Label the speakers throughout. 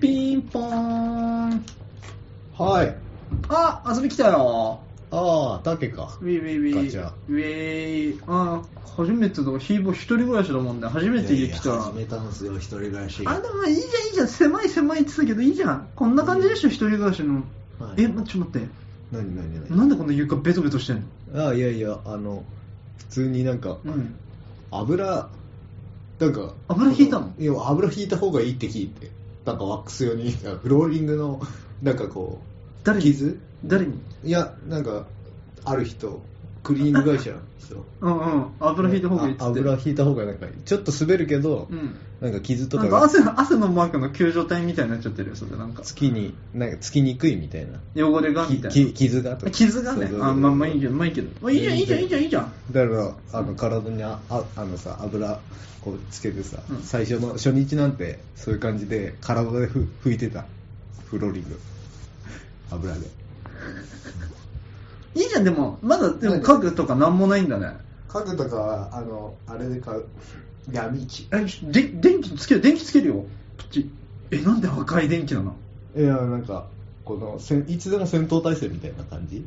Speaker 1: ピンポーン。
Speaker 2: はい。
Speaker 1: あ、遊び来たよ。
Speaker 2: ああ、竹か
Speaker 1: ウ。ィーウィーウィー。
Speaker 2: ガチャ
Speaker 1: ウィー。あ、初めてだ。ひーぼ一人暮らしだもんね。初めて家来た。
Speaker 2: いやいや始めたんですよ、一人暮らし。
Speaker 1: あ、でもいいじゃん、いいじゃん。狭い狭いって言ってたけど、いいじゃん。こんな感じでしょ、一人暮らしの。
Speaker 2: はい
Speaker 1: え、まちょっと待って。
Speaker 2: 何何何
Speaker 1: なんでこんな床ベトベトしてんの
Speaker 2: ああ、いやいや、あの、普通になんか、
Speaker 1: うん。
Speaker 2: 油、なんか、
Speaker 1: 油引いたの
Speaker 2: いや、油引いた方がいいって聞いて、なんかワックス用に、 なんかローリングの、なんかこう、
Speaker 1: 誰に
Speaker 2: 傷
Speaker 1: 誰に
Speaker 2: いや、なんか、ある人、クリーニング会社の人。
Speaker 1: うんうん。油引いた方がいいっつ
Speaker 2: あ
Speaker 1: って。
Speaker 2: 油引いた方がなんか、ちょっと滑るけど、
Speaker 1: うん。
Speaker 2: なんか傷と
Speaker 1: な
Speaker 2: か
Speaker 1: んか
Speaker 2: が
Speaker 1: 汗の、汗のマークの救助隊みたいになっちゃってるよ、それなんか。
Speaker 2: つきに、なんかつきにくいみたいな。
Speaker 1: 汚れがみ
Speaker 2: き
Speaker 1: たいな。
Speaker 2: き傷がとか
Speaker 1: 傷が
Speaker 2: そ
Speaker 1: ね
Speaker 2: うそう。そう
Speaker 1: あ、まあまあいいじゃん、まあいいけど。まあいいじゃん、いいじゃん、いいじゃん、いいじゃん。
Speaker 2: だからあの体にあああのさ油こうつけてさ、
Speaker 1: うん
Speaker 2: 最初の初日なんてそういう感じで体でふ拭いてたフローリング油で
Speaker 1: いいじゃん、でも、まだ、でも家具とかなんもないんだね。
Speaker 2: 家具とかはあのあれで買う闇市
Speaker 1: え、で、電気つける、電気つけるよ。こっち。え、なんで赤い電気なの
Speaker 2: いやなんかこのせんいつでも戦闘態勢みたいな感じ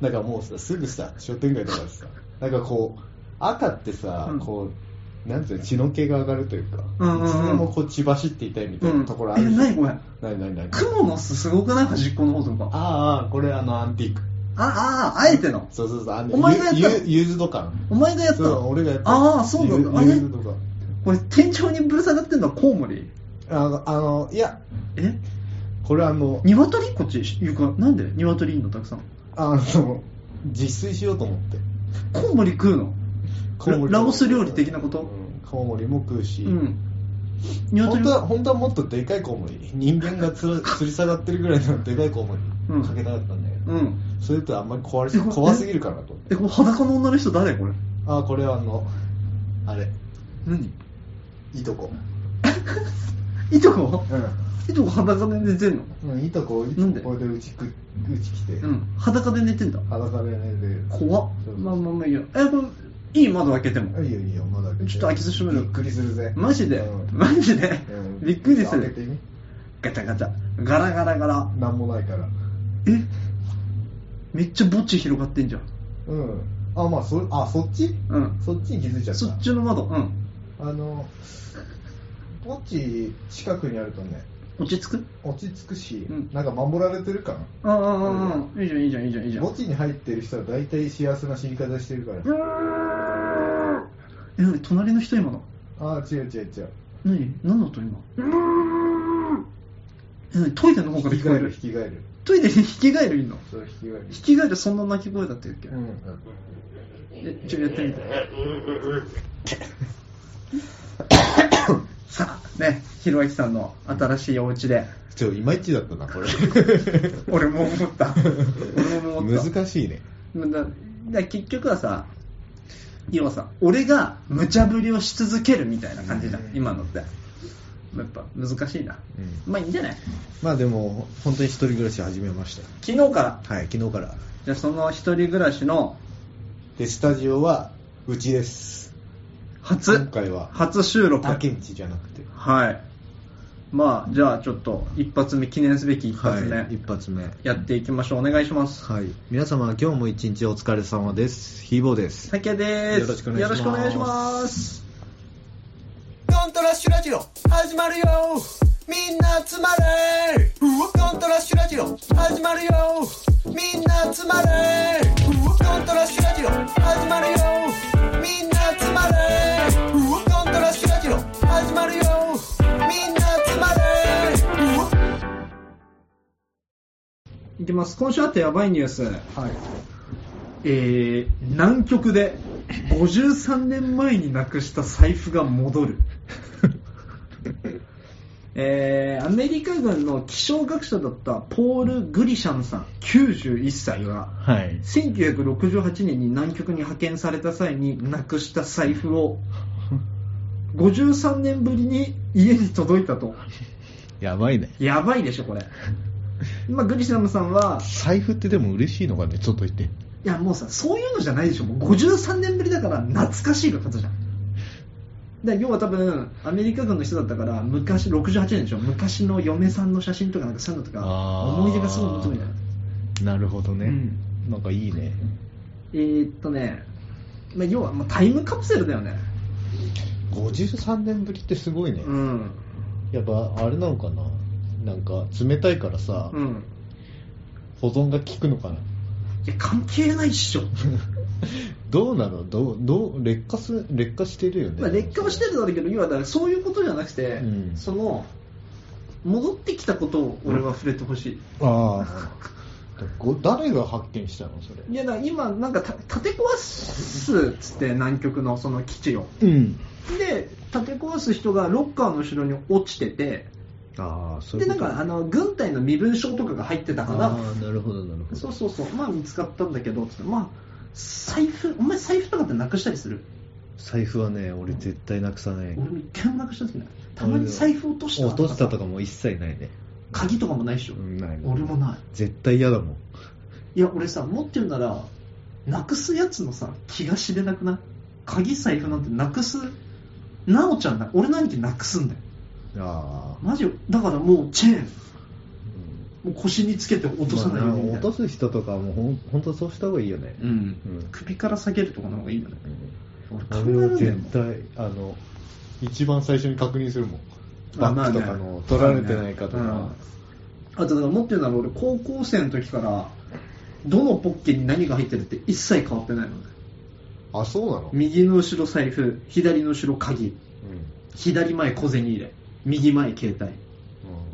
Speaker 2: だからもうさすぐさ商店街とかでさなんかこう赤ってさ、
Speaker 1: うん
Speaker 2: こうなんていうの血の気が上がるというか、
Speaker 1: うんうんうん
Speaker 2: いつでもこう血走っていたいみ
Speaker 1: う
Speaker 2: たいなんところ。あ
Speaker 1: え、
Speaker 2: るじゃん、
Speaker 1: なにこれ。
Speaker 2: ないないない
Speaker 1: 雲の巣すごくない端っこの方とか。
Speaker 2: ああ、これあのアンティーク。
Speaker 1: あ、ああ、あえての。
Speaker 2: そうそうそう、あの、
Speaker 1: お前がやった
Speaker 2: ゆゆユーズド感。
Speaker 1: お前がやった
Speaker 2: そう、
Speaker 1: の
Speaker 2: 俺がやった。
Speaker 1: ああそうなんだ
Speaker 2: ユ
Speaker 1: あれ
Speaker 2: ユーズド感。
Speaker 1: これ天井にぶら下がってんのはコウモリ
Speaker 2: あの、あのいや、
Speaker 1: え
Speaker 2: これあの、
Speaker 1: 鶏こっち床なんで鶏いんのたくさん
Speaker 2: あの、自炊しようと思って。
Speaker 1: コウモリ食うの
Speaker 2: コウモリ
Speaker 1: ララオス料理的なこと
Speaker 2: うんコウモリも食うし、
Speaker 1: うん
Speaker 2: 本
Speaker 1: 鶏
Speaker 2: 当は、本当はもっとでかいコウモリ。人間が つら吊り下がってるぐらいのでかいコウモ
Speaker 1: うん
Speaker 2: リ。かけたかったんだけど。
Speaker 1: うん
Speaker 2: それとあんまり壊れす
Speaker 1: えこ
Speaker 2: 怖すぎるかなと思って。
Speaker 1: えこの裸の女の人誰これ
Speaker 2: ああ、これはあの、あれ、
Speaker 1: 何
Speaker 2: いとこ。
Speaker 1: いとこ
Speaker 2: うん。
Speaker 1: いとこ裸で寝てんの
Speaker 2: うん、いとこ、い
Speaker 1: なん
Speaker 2: と
Speaker 1: で
Speaker 2: ここれでうちく、うち来て、
Speaker 1: うん裸で寝てんだ
Speaker 2: 裸で寝て、
Speaker 1: 怖っ
Speaker 2: そう
Speaker 1: まあまあまあいいよえこれいい窓開けても
Speaker 2: いいよいいよ、まだ開けて
Speaker 1: ちょっと開けてしまうよ
Speaker 2: びっくりするぜ。
Speaker 1: マジで、
Speaker 2: うん
Speaker 1: マジで、
Speaker 2: うん
Speaker 1: びっくりす
Speaker 2: 開けて
Speaker 1: る
Speaker 2: み
Speaker 1: ガチャガチャガラガラガラ
Speaker 2: なんもないから。
Speaker 1: えめっちゃ墓地広がってんじゃん
Speaker 2: うん。あ、まあ、そ、あ、そっち
Speaker 1: うん
Speaker 2: そっちに気づいちゃった。
Speaker 1: そっちの窓うん
Speaker 2: あの、墓地近くにあるとね、
Speaker 1: 落ち着く
Speaker 2: 落ち着くし、
Speaker 1: うん
Speaker 2: なんか守られてるかな。
Speaker 1: ああああああいいじゃんいいじゃんいいじゃんいいじゃん
Speaker 2: 墓地に入ってる人は大体幸せな死に方してるから。
Speaker 1: え何隣の人今の
Speaker 2: ああ、違う違う違う。
Speaker 1: 何何の音今え何トイレの方
Speaker 2: 引
Speaker 1: から
Speaker 2: き
Speaker 1: 聞こえ
Speaker 2: 返る、
Speaker 1: る
Speaker 2: 引き返る。
Speaker 1: トイレに引き返るいんの
Speaker 2: そう、引き返る
Speaker 1: 引。き返るそんな鳴き声だったっけ、
Speaker 2: うん。
Speaker 1: えちょっとやってみて さあねひろあきさんの新しいお家で
Speaker 2: ちょ、いまいちだったな、これ。
Speaker 1: 俺も思った俺も思った
Speaker 2: 難しいね。
Speaker 1: だだ結局はさ要はさ俺が無茶ぶりをし続けるみたいな感じじゃん、
Speaker 2: うん
Speaker 1: 今のってやっぱ難しいな、
Speaker 2: うん
Speaker 1: まあいいんじゃない
Speaker 2: まあでも、本当に一人暮らし始めましたよ
Speaker 1: 昨日から
Speaker 2: はい、昨日から。
Speaker 1: じゃあその一人暮らしの
Speaker 2: で、スタジオは、うちです。今
Speaker 1: 初
Speaker 2: 回は、
Speaker 1: 初収録
Speaker 2: 竹んちじゃなくて。
Speaker 1: はいまあじゃあちょっと一発目記念すべき一発目、
Speaker 2: はい、一発目。
Speaker 1: やっていきましょうお願いします
Speaker 2: はい。皆様、今日も一日お疲れ様です。ひーぼーです。
Speaker 1: さけです
Speaker 2: よろしくお願いします
Speaker 1: よろしくお願いします
Speaker 3: コントラッシュラジオ始まるよみんな集まれコントラッシュラジオ始まるよみんな集まれコントラッシュラジオ始まるよみんな集まれコントラッシュラジオ始まるよみんな集まれ
Speaker 1: いきます今週あったやばいニュース
Speaker 2: はい。
Speaker 1: えー、南極で53年前になくした財布が戻る、えー、アメリカ軍の気象学者だったポール・グリシャムさん91歳が
Speaker 2: はい。
Speaker 1: 1968年に南極に派遣された際になくした財布を53年ぶりに家に届いたと
Speaker 2: やばいね。
Speaker 1: やばいでしょこれ今グリシャムさんは
Speaker 2: 財布ってでも嬉しいのかね、ちょっと言って。
Speaker 1: いやもうさそういうのじゃないでしょもう53年ぶりだから懐かしいが勝つじゃんだから要は多分アメリカ軍の人だったから昔68年でしょ昔の嫁さんの写真とかなんかそういうのとか
Speaker 4: あー
Speaker 1: 思い出がすごい求めたい
Speaker 4: なるほどね、
Speaker 1: うん
Speaker 4: なんかいいね
Speaker 1: えーっとね、まあ、要はまあタイムカプセルだよね
Speaker 4: 53年ぶりってすごいね、
Speaker 1: うん
Speaker 4: やっぱあれなのかななんか冷たいからさ、
Speaker 1: うん
Speaker 4: 保存が効くのかない
Speaker 1: や関係ないっ しょ、
Speaker 4: どうなのどうどう劣化す劣化してるよね、
Speaker 1: まあ、劣化はしてるんだろうけど要はだからそういうことじゃなくて、
Speaker 4: うん
Speaker 1: その戻ってきたことを俺は触れてほしい、
Speaker 4: ああご 誰が発見したのそれ
Speaker 1: いやだから今なんかた立て壊すっつって南極のその基地を
Speaker 4: うん
Speaker 1: で立て壊す人がロッカーの後ろに落ちてて
Speaker 4: ああそうい
Speaker 1: で
Speaker 4: う
Speaker 1: な
Speaker 4: こ
Speaker 1: ん
Speaker 4: と
Speaker 1: かあの軍隊の身分証とかが入ってたか
Speaker 4: あ
Speaker 1: ら
Speaker 4: あなるほどなるほど
Speaker 1: そうそうそうまあ見つかったんだけどつってまあ財布お前財布とかってなくしたりする
Speaker 4: 財布はね俺絶対なくさない
Speaker 1: 俺も一回もなくした時ないたまに財布落とした
Speaker 4: 落としたと
Speaker 1: か
Speaker 4: かも一切ないね、
Speaker 1: 鍵とかもないでしょ、
Speaker 4: うん、ない
Speaker 1: 俺もない
Speaker 4: 絶対嫌だもん
Speaker 1: いや俺さ持ってるならなくすやつのさ気が知れなくない鍵財布なんてなくすなおちゃんだ俺の兄貴なくすんだよ
Speaker 4: ああ、
Speaker 1: マジだからもうチェーンもう腰につけて落とさないようにみ
Speaker 4: まあ
Speaker 1: たい
Speaker 4: 落
Speaker 1: な、
Speaker 4: とす人とかはもうほん本当そうした方がいいよね、
Speaker 1: うん
Speaker 4: うん
Speaker 1: 首から下げるとかの方がいいよね俺考
Speaker 4: あ
Speaker 1: え
Speaker 4: れ
Speaker 1: ら
Speaker 4: は
Speaker 1: れない
Speaker 4: 絶
Speaker 1: もん
Speaker 4: 対あの一番最初に確認するもん
Speaker 1: あ
Speaker 4: バ
Speaker 1: まあ
Speaker 4: ッ
Speaker 1: ね
Speaker 4: グとかの取られてないかと
Speaker 1: う
Speaker 4: か
Speaker 1: んあとだから持ってるなら俺高校生の時からどのポッケに何が入ってるって一切変わってないのね
Speaker 2: あ、そうなの
Speaker 1: 右の後ろ財布左の後ろ鍵左前小銭入れ右前携帯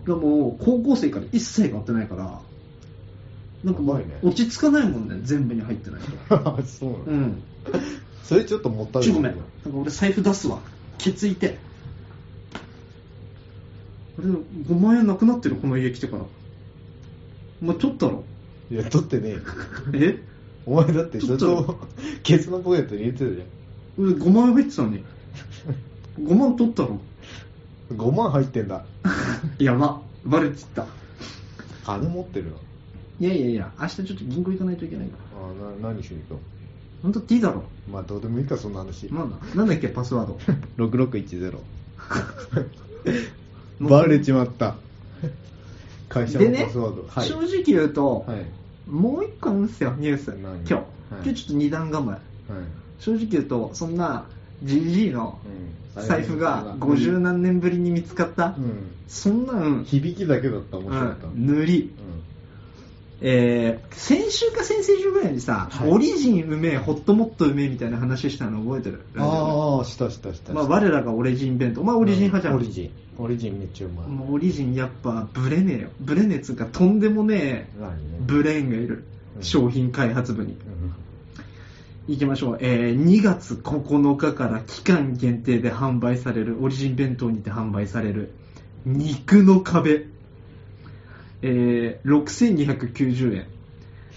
Speaker 1: がもう高校生から一切変わってないからなんかも
Speaker 2: やばいね
Speaker 1: う落ち着かないもんね全部に入ってないと
Speaker 2: うんそうなの
Speaker 1: うん
Speaker 2: それちょっともったい
Speaker 1: ち
Speaker 2: ない
Speaker 1: ょごめんなんか俺財布出すわケツいてあれ5万円なくなってるこの家来てからお前取っ たろ
Speaker 2: いや、取ってねえよ
Speaker 1: え
Speaker 2: お前だってずっ
Speaker 1: ちょっ
Speaker 2: とケツのポケットに入れてたじ
Speaker 1: 俺5万円入ってたのに5万取った ろ
Speaker 2: ゃん5万入ってんだ
Speaker 1: やばバレちった
Speaker 2: 金持ってるない
Speaker 1: やいやいや明日ちょっと銀行行かないといけないから
Speaker 2: あな何しに行こ
Speaker 1: 本当っていいだろ
Speaker 2: うまあどうでもいいかそんな話
Speaker 1: なんだなんだっけパスワード
Speaker 4: 6610バレちま った会社
Speaker 1: で
Speaker 4: の
Speaker 1: ね
Speaker 4: パスワード、はい
Speaker 1: 正直言うと、
Speaker 4: はい
Speaker 1: もう一個あるんですよニュース今
Speaker 2: 何
Speaker 1: 日、
Speaker 2: はい
Speaker 1: 今日ちょっと二段構え
Speaker 2: はい、
Speaker 1: 正直言うとそんなジジイの財布が50何年ぶりに見つかった、
Speaker 2: うん
Speaker 1: そんなん、
Speaker 2: 響きだけだったら面白かった、
Speaker 1: うん塗り、えー先週か先々週ぐらいにさ、
Speaker 2: はい
Speaker 1: オリジンうめえホットモットうめえみたいな話したの覚えてる
Speaker 2: ああしたしたしたした
Speaker 1: まあ、我らがオリジン弁当お前オリジン派じゃん、
Speaker 2: オリジンオリジンめっちゃうまい、
Speaker 1: もうオリジンやっぱブレねえよブレねえっつうかとんでもねえ
Speaker 2: 何ね
Speaker 1: ブレーンがいる
Speaker 2: うん
Speaker 1: 商品開発部に、
Speaker 2: うん
Speaker 1: 行きましょう、えー2月9日から期間限定で販売されるオリジン弁当にて販売される肉の壁、えー6290円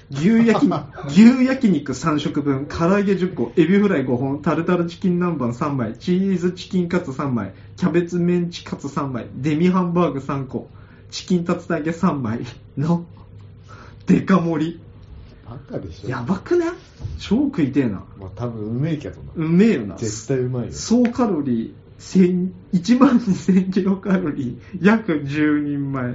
Speaker 1: 牛焼 き牛焼肉3食分唐揚げ10個エビフライ5本タルタルチキン南蛮3枚チーズチキンカツ3枚キャベツメンチカツ3枚デミハンバーグ3個チキン竜田揚げ3枚のデカ盛
Speaker 2: バカでしょ
Speaker 1: りやばくない超食いてえな
Speaker 2: まあ多分うめえけどな
Speaker 1: うめえよな
Speaker 2: 絶対うまいよ
Speaker 1: 総カロリー1万2000キロカロリー約10人前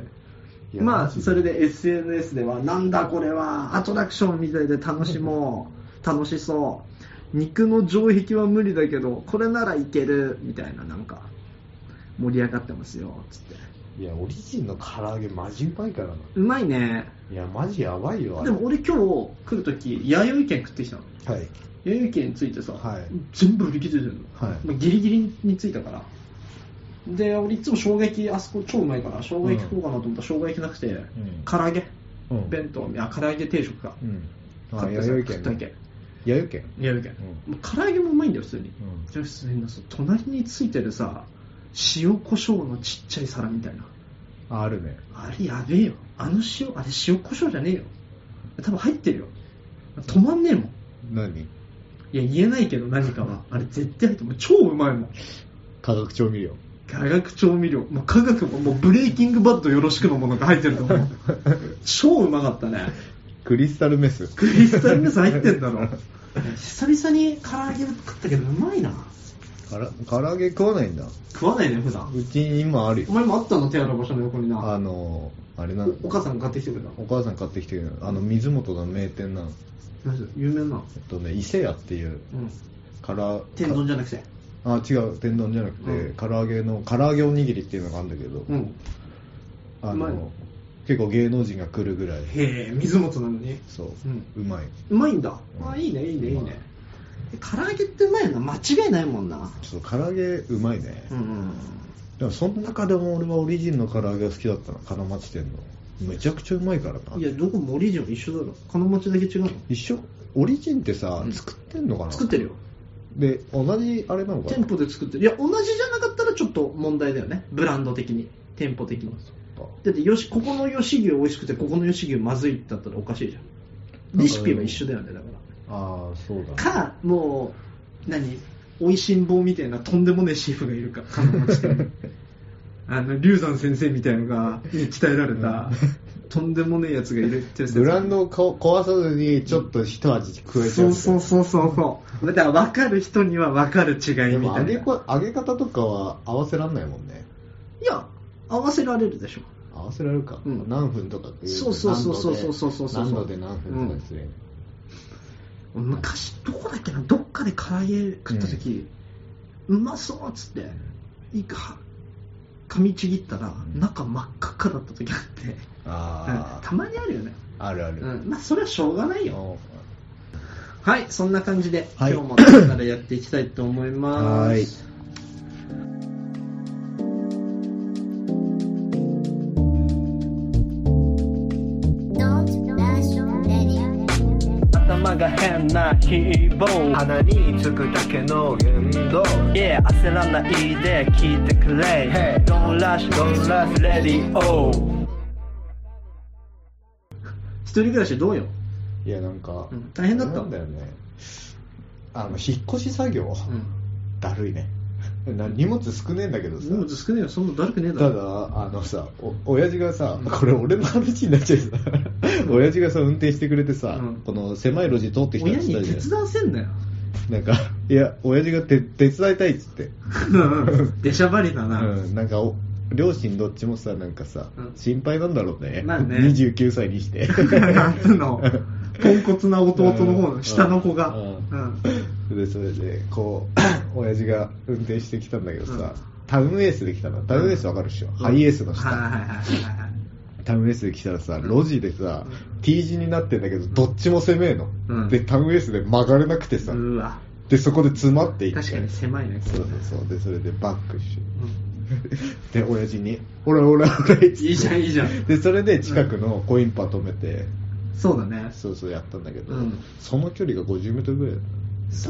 Speaker 2: いや
Speaker 1: まあ
Speaker 2: マジ
Speaker 1: それで SNS ではなんだこれはアトラクションみたいで楽しもう楽しそう肉の城壁は無理だけどこれならいけるみたいななんか盛り上がってますよつって
Speaker 2: いやオリジンの唐揚げマジうまいからな
Speaker 1: うまいね
Speaker 2: いやマジやばいよあれ
Speaker 1: でも俺今日来るとき弥生県食ってきたの
Speaker 2: はい
Speaker 1: 弥生県についてさ、
Speaker 2: はい
Speaker 1: 全部売り切れてるの
Speaker 2: はい
Speaker 1: まあギリギリについたからで俺いつも衝撃あそこ超うまいから衝撃食おうかなと思ったら衝撃なくて、
Speaker 4: ん
Speaker 1: 唐揚げ
Speaker 4: うん
Speaker 1: 弁当いや唐揚げ定食か
Speaker 4: うんあ
Speaker 1: 買ってさ
Speaker 4: 弥生
Speaker 1: 食
Speaker 4: 県
Speaker 1: った
Speaker 4: ね
Speaker 1: わけ
Speaker 4: 弥生県
Speaker 1: 弥生県もう唐揚げもうまいんだよ普通
Speaker 4: う
Speaker 1: に
Speaker 4: ん
Speaker 1: じゃあ普通にその隣についてるさ塩コショウのちっちゃい皿みたいな
Speaker 4: ああるね
Speaker 1: あれやべえよあの塩あれ塩コショウじゃねえよ多分入ってるよ止まんねえもん
Speaker 4: 何
Speaker 1: いや言えないけど何かはあれ絶対入ってるもう超うまいもん
Speaker 4: 化学調味料
Speaker 1: 化学調味料もう化学ももうブレイキングバッドよろしくのものが入ってると思 う超うまかったね
Speaker 4: クリスタルメス
Speaker 1: クリスタルメス入ってんだろ久々に唐揚げ食ったけどうまいな
Speaker 2: から唐揚げ食わないんだ
Speaker 1: 食わないね、普段。
Speaker 2: うちに今あるよ
Speaker 1: お前もあったの、手洗う場所の横にな。
Speaker 2: あのあれな
Speaker 1: おお母さんが買ってきてくれたの。
Speaker 2: お母さん買ってきてるあの水元の名店なの
Speaker 1: 何それ有名なの。
Speaker 2: えっとね伊勢屋っていう
Speaker 1: うん。
Speaker 2: から
Speaker 1: 天丼じゃなくて。
Speaker 2: あ違う天丼じゃなくて、
Speaker 1: うん
Speaker 2: 唐揚げの唐揚げおにぎりっていうのがあるんだけど、
Speaker 1: うん。
Speaker 2: あ
Speaker 1: うまい
Speaker 2: の結構芸能人が来るぐらい
Speaker 1: へえ、水元なのに。
Speaker 2: そう、
Speaker 1: うん
Speaker 2: うまいう
Speaker 1: まいんだ。
Speaker 2: うん
Speaker 1: あ、いいね、いいね、いいう
Speaker 2: まい
Speaker 1: ね。え唐揚げってうまいよな。間違いないもんな。
Speaker 2: ちょっと唐揚げうまいね、
Speaker 1: うんうん。
Speaker 2: でもその中でも俺はオリジンの唐揚げが好きだったな金町店のめちゃくちゃうまいからない
Speaker 1: や、どこもオリジンは一緒だろ。金持ちだけ違うの。
Speaker 2: 一緒オリジンってさ、
Speaker 1: うん
Speaker 2: 作ってんのかな
Speaker 1: 作ってるよ。
Speaker 2: で同じあれなのかな
Speaker 1: 店舗で作ってる。いや、同じじゃなかったらちょっと問題だよね。ブランド的に。店舗的に。だってよし、ここの吉牛美味しくて、ここの吉牛まずいってだったらおかしいじゃん。レシピは一緒だよね、だか
Speaker 2: ああそうだ
Speaker 1: ら。か、もう、何美味しん坊みたいなとんでもねえシェフがいるか、金持ち 店あの、龍山先生みたいのが、に鍛えられた、とんでもねえやつがいるってやつ
Speaker 2: ブランドをこ壊さずにちょっと一味加えて
Speaker 1: そうそうそうそうそう。だから分かる人には分かる違い
Speaker 2: で
Speaker 1: み
Speaker 2: も
Speaker 1: たい
Speaker 2: 揚
Speaker 1: な。
Speaker 2: げ
Speaker 1: い
Speaker 2: こ揚げ方とかは合わせらんないもんね
Speaker 1: や、合わせられるでしょ。
Speaker 2: 合わせられるか、
Speaker 1: うん
Speaker 2: 何分とかっていう
Speaker 1: そうそうそうそうそうそうそうそう
Speaker 2: 何度で何分とかですね、
Speaker 1: 昔、どこだっけな、どっかで唐揚げ食った時、うまそうっつって、いいか、噛みちぎったら、
Speaker 2: うん
Speaker 1: 中真っ赤っかだった時あって、うん
Speaker 2: あ
Speaker 1: たまにあるよね。
Speaker 2: あ、あるある、
Speaker 1: うん、まあ、それはしょうがないよ。
Speaker 2: お
Speaker 1: はい、そんな感じで、
Speaker 2: はい
Speaker 1: 今日もだらだらやっていきたいと思います。
Speaker 2: はい
Speaker 5: 頭が変な希望
Speaker 6: 鼻につくだけの言動
Speaker 5: いや焦らないで聞いてくれ
Speaker 6: Hey
Speaker 5: Don't rush, don't rush, radio
Speaker 1: 一人暮らしどうよ。
Speaker 2: いやなんか、
Speaker 1: うん大変だった
Speaker 2: なんだよねあの引っ越し作業、
Speaker 1: うん。
Speaker 2: だるいね な荷物少ねえんだけどさ、
Speaker 1: 荷物少ねえよ、そんなだるくねえだ
Speaker 2: た
Speaker 1: ろ。
Speaker 2: だあのさお親父がさこれ俺の話になっちゃうさ親父がさ運転してくれてさ、
Speaker 1: うん
Speaker 2: この狭い路地通ってきた
Speaker 1: 親
Speaker 2: っつ
Speaker 1: に
Speaker 2: ったじ
Speaker 1: 手
Speaker 2: ゃん
Speaker 1: 伝わせんなよ。
Speaker 2: なんかいや親父がて手伝いたいっつって
Speaker 1: うん出しゃばりだな。
Speaker 2: うん、なんかお両親どっちもさなんかさ、
Speaker 1: うん
Speaker 2: 心配なんだろうね,、
Speaker 1: まあ ね
Speaker 2: 29歳にして
Speaker 1: なんつうの、ポンコツな弟の方の下の子が。
Speaker 2: う
Speaker 1: うんん。
Speaker 2: でそれでこう 親父が運転してきたんだけどさ、
Speaker 1: うん
Speaker 2: タウンエースで来たのタウンエースわかるでしょ、ハイエースの下、
Speaker 1: はいはいはいはい。
Speaker 2: タウンエースで来たらさ路地でさ、
Speaker 1: う
Speaker 2: T 字になってんだけどどっちも狭えの、
Speaker 1: うん
Speaker 2: でタウンエースで曲がれなくてさ、
Speaker 1: うわ。
Speaker 2: でそこで詰まっていって
Speaker 1: 確かに狭いね。
Speaker 2: そうそうそうでそれでバックし
Speaker 1: うん
Speaker 2: で親父に「俺俺俺」い
Speaker 1: いいじゃん、いいじゃん。
Speaker 2: でそれで近くのコインパ止めて、
Speaker 1: そうだね。
Speaker 2: そうそうやったんだけど、
Speaker 1: うん
Speaker 2: その距離が 50m ぐらい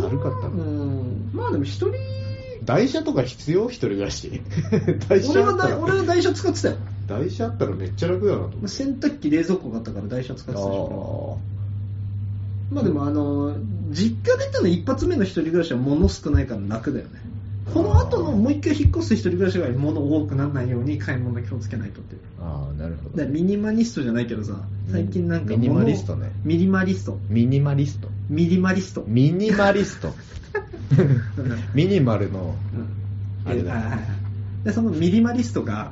Speaker 2: だるかった
Speaker 1: う
Speaker 2: の
Speaker 1: ん。まあでも一人、
Speaker 2: 台車とか必要一人暮ら し台車
Speaker 1: 俺
Speaker 2: あ
Speaker 1: は
Speaker 2: った
Speaker 1: 台
Speaker 2: ら
Speaker 1: 俺は台車使ってたよ。
Speaker 2: 台車あったらめっちゃ楽だなと思って
Speaker 1: 洗濯機、冷蔵庫があったから台車使ってたし。
Speaker 2: あ
Speaker 1: まあでもあの、実家出たの一発目の一人暮らしは物少ないから楽だよね。この後のもう一回引っ越す一人暮らしは物多くならないように買い物だけ気をつけないとっていう。
Speaker 2: ーあーなるほ
Speaker 1: だからミニマリストじゃないけどさ、最近なんか
Speaker 2: ミニ
Speaker 1: 物を
Speaker 2: マリストね
Speaker 1: ミニマリスト。
Speaker 2: ミニマリスト
Speaker 1: ミニマリスト。
Speaker 2: ミニマリ スト
Speaker 1: うん
Speaker 2: ミニマルのあれだ
Speaker 1: はいはいはいでそのミニマリストが、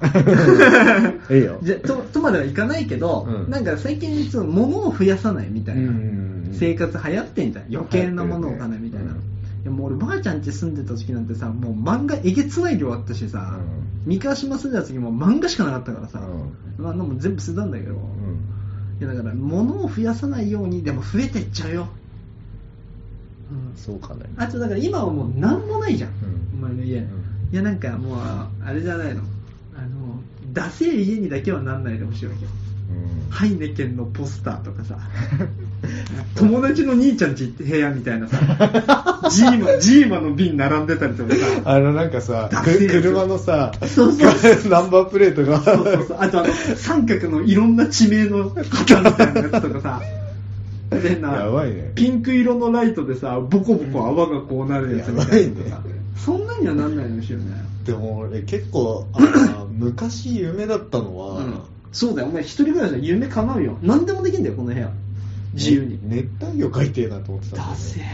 Speaker 2: ええよ
Speaker 1: じゃととまではいかないけど、
Speaker 2: うん
Speaker 1: なんか最近実は物を増やさないみたいな、
Speaker 2: ん
Speaker 1: 生活流行ってんじゃん余計なものを置かないみたいな、
Speaker 2: うん
Speaker 1: いやもう俺ばあちゃん家住んでた時なんてさもう漫画えげつない量あったしさ、
Speaker 2: うん
Speaker 1: 三河島住んでた時も漫画しかなかったからさ、
Speaker 2: うん
Speaker 1: まあ、でも全部捨てたんだけど、
Speaker 2: うん
Speaker 1: いやだから物を増やさないようにでも増えてっちゃうよ、うん、
Speaker 2: そうかね
Speaker 1: あとだから今はもう何もないじゃん、
Speaker 2: うん
Speaker 1: お前の家、
Speaker 2: ん
Speaker 1: いやなんかもうあれじゃないのあのダセえ家にだけはなんないでほしいわけよ
Speaker 2: うん
Speaker 1: ハイネケンのポスターとかさ友達の兄ちゃんち部屋みたいなさジーマジーマの瓶並んでたりとかさ
Speaker 2: あのなんかさ
Speaker 1: ダ、セ
Speaker 2: く
Speaker 1: えやつ
Speaker 2: 車のさ、
Speaker 1: そうそう
Speaker 2: ナンバープレートが、
Speaker 1: そうそうそうあとあの三角のいろんな地名の型みたいなやつとかさ変な
Speaker 2: やばいね。
Speaker 1: ピンク色のライトでさボコボコ泡がこうなるやつみたいなのと
Speaker 2: や
Speaker 1: か
Speaker 2: ばいね
Speaker 1: そんなにはなんないのしよね
Speaker 2: でも俺結構、あの昔夢だったのは、
Speaker 1: うんそうだよ、お前一人暮らしは夢叶うよ。何でもできんだよ、この部屋。自由に。
Speaker 2: ね熱帯魚飼いてえなと思ってたんだよ
Speaker 1: だ
Speaker 2: ね
Speaker 1: せえ。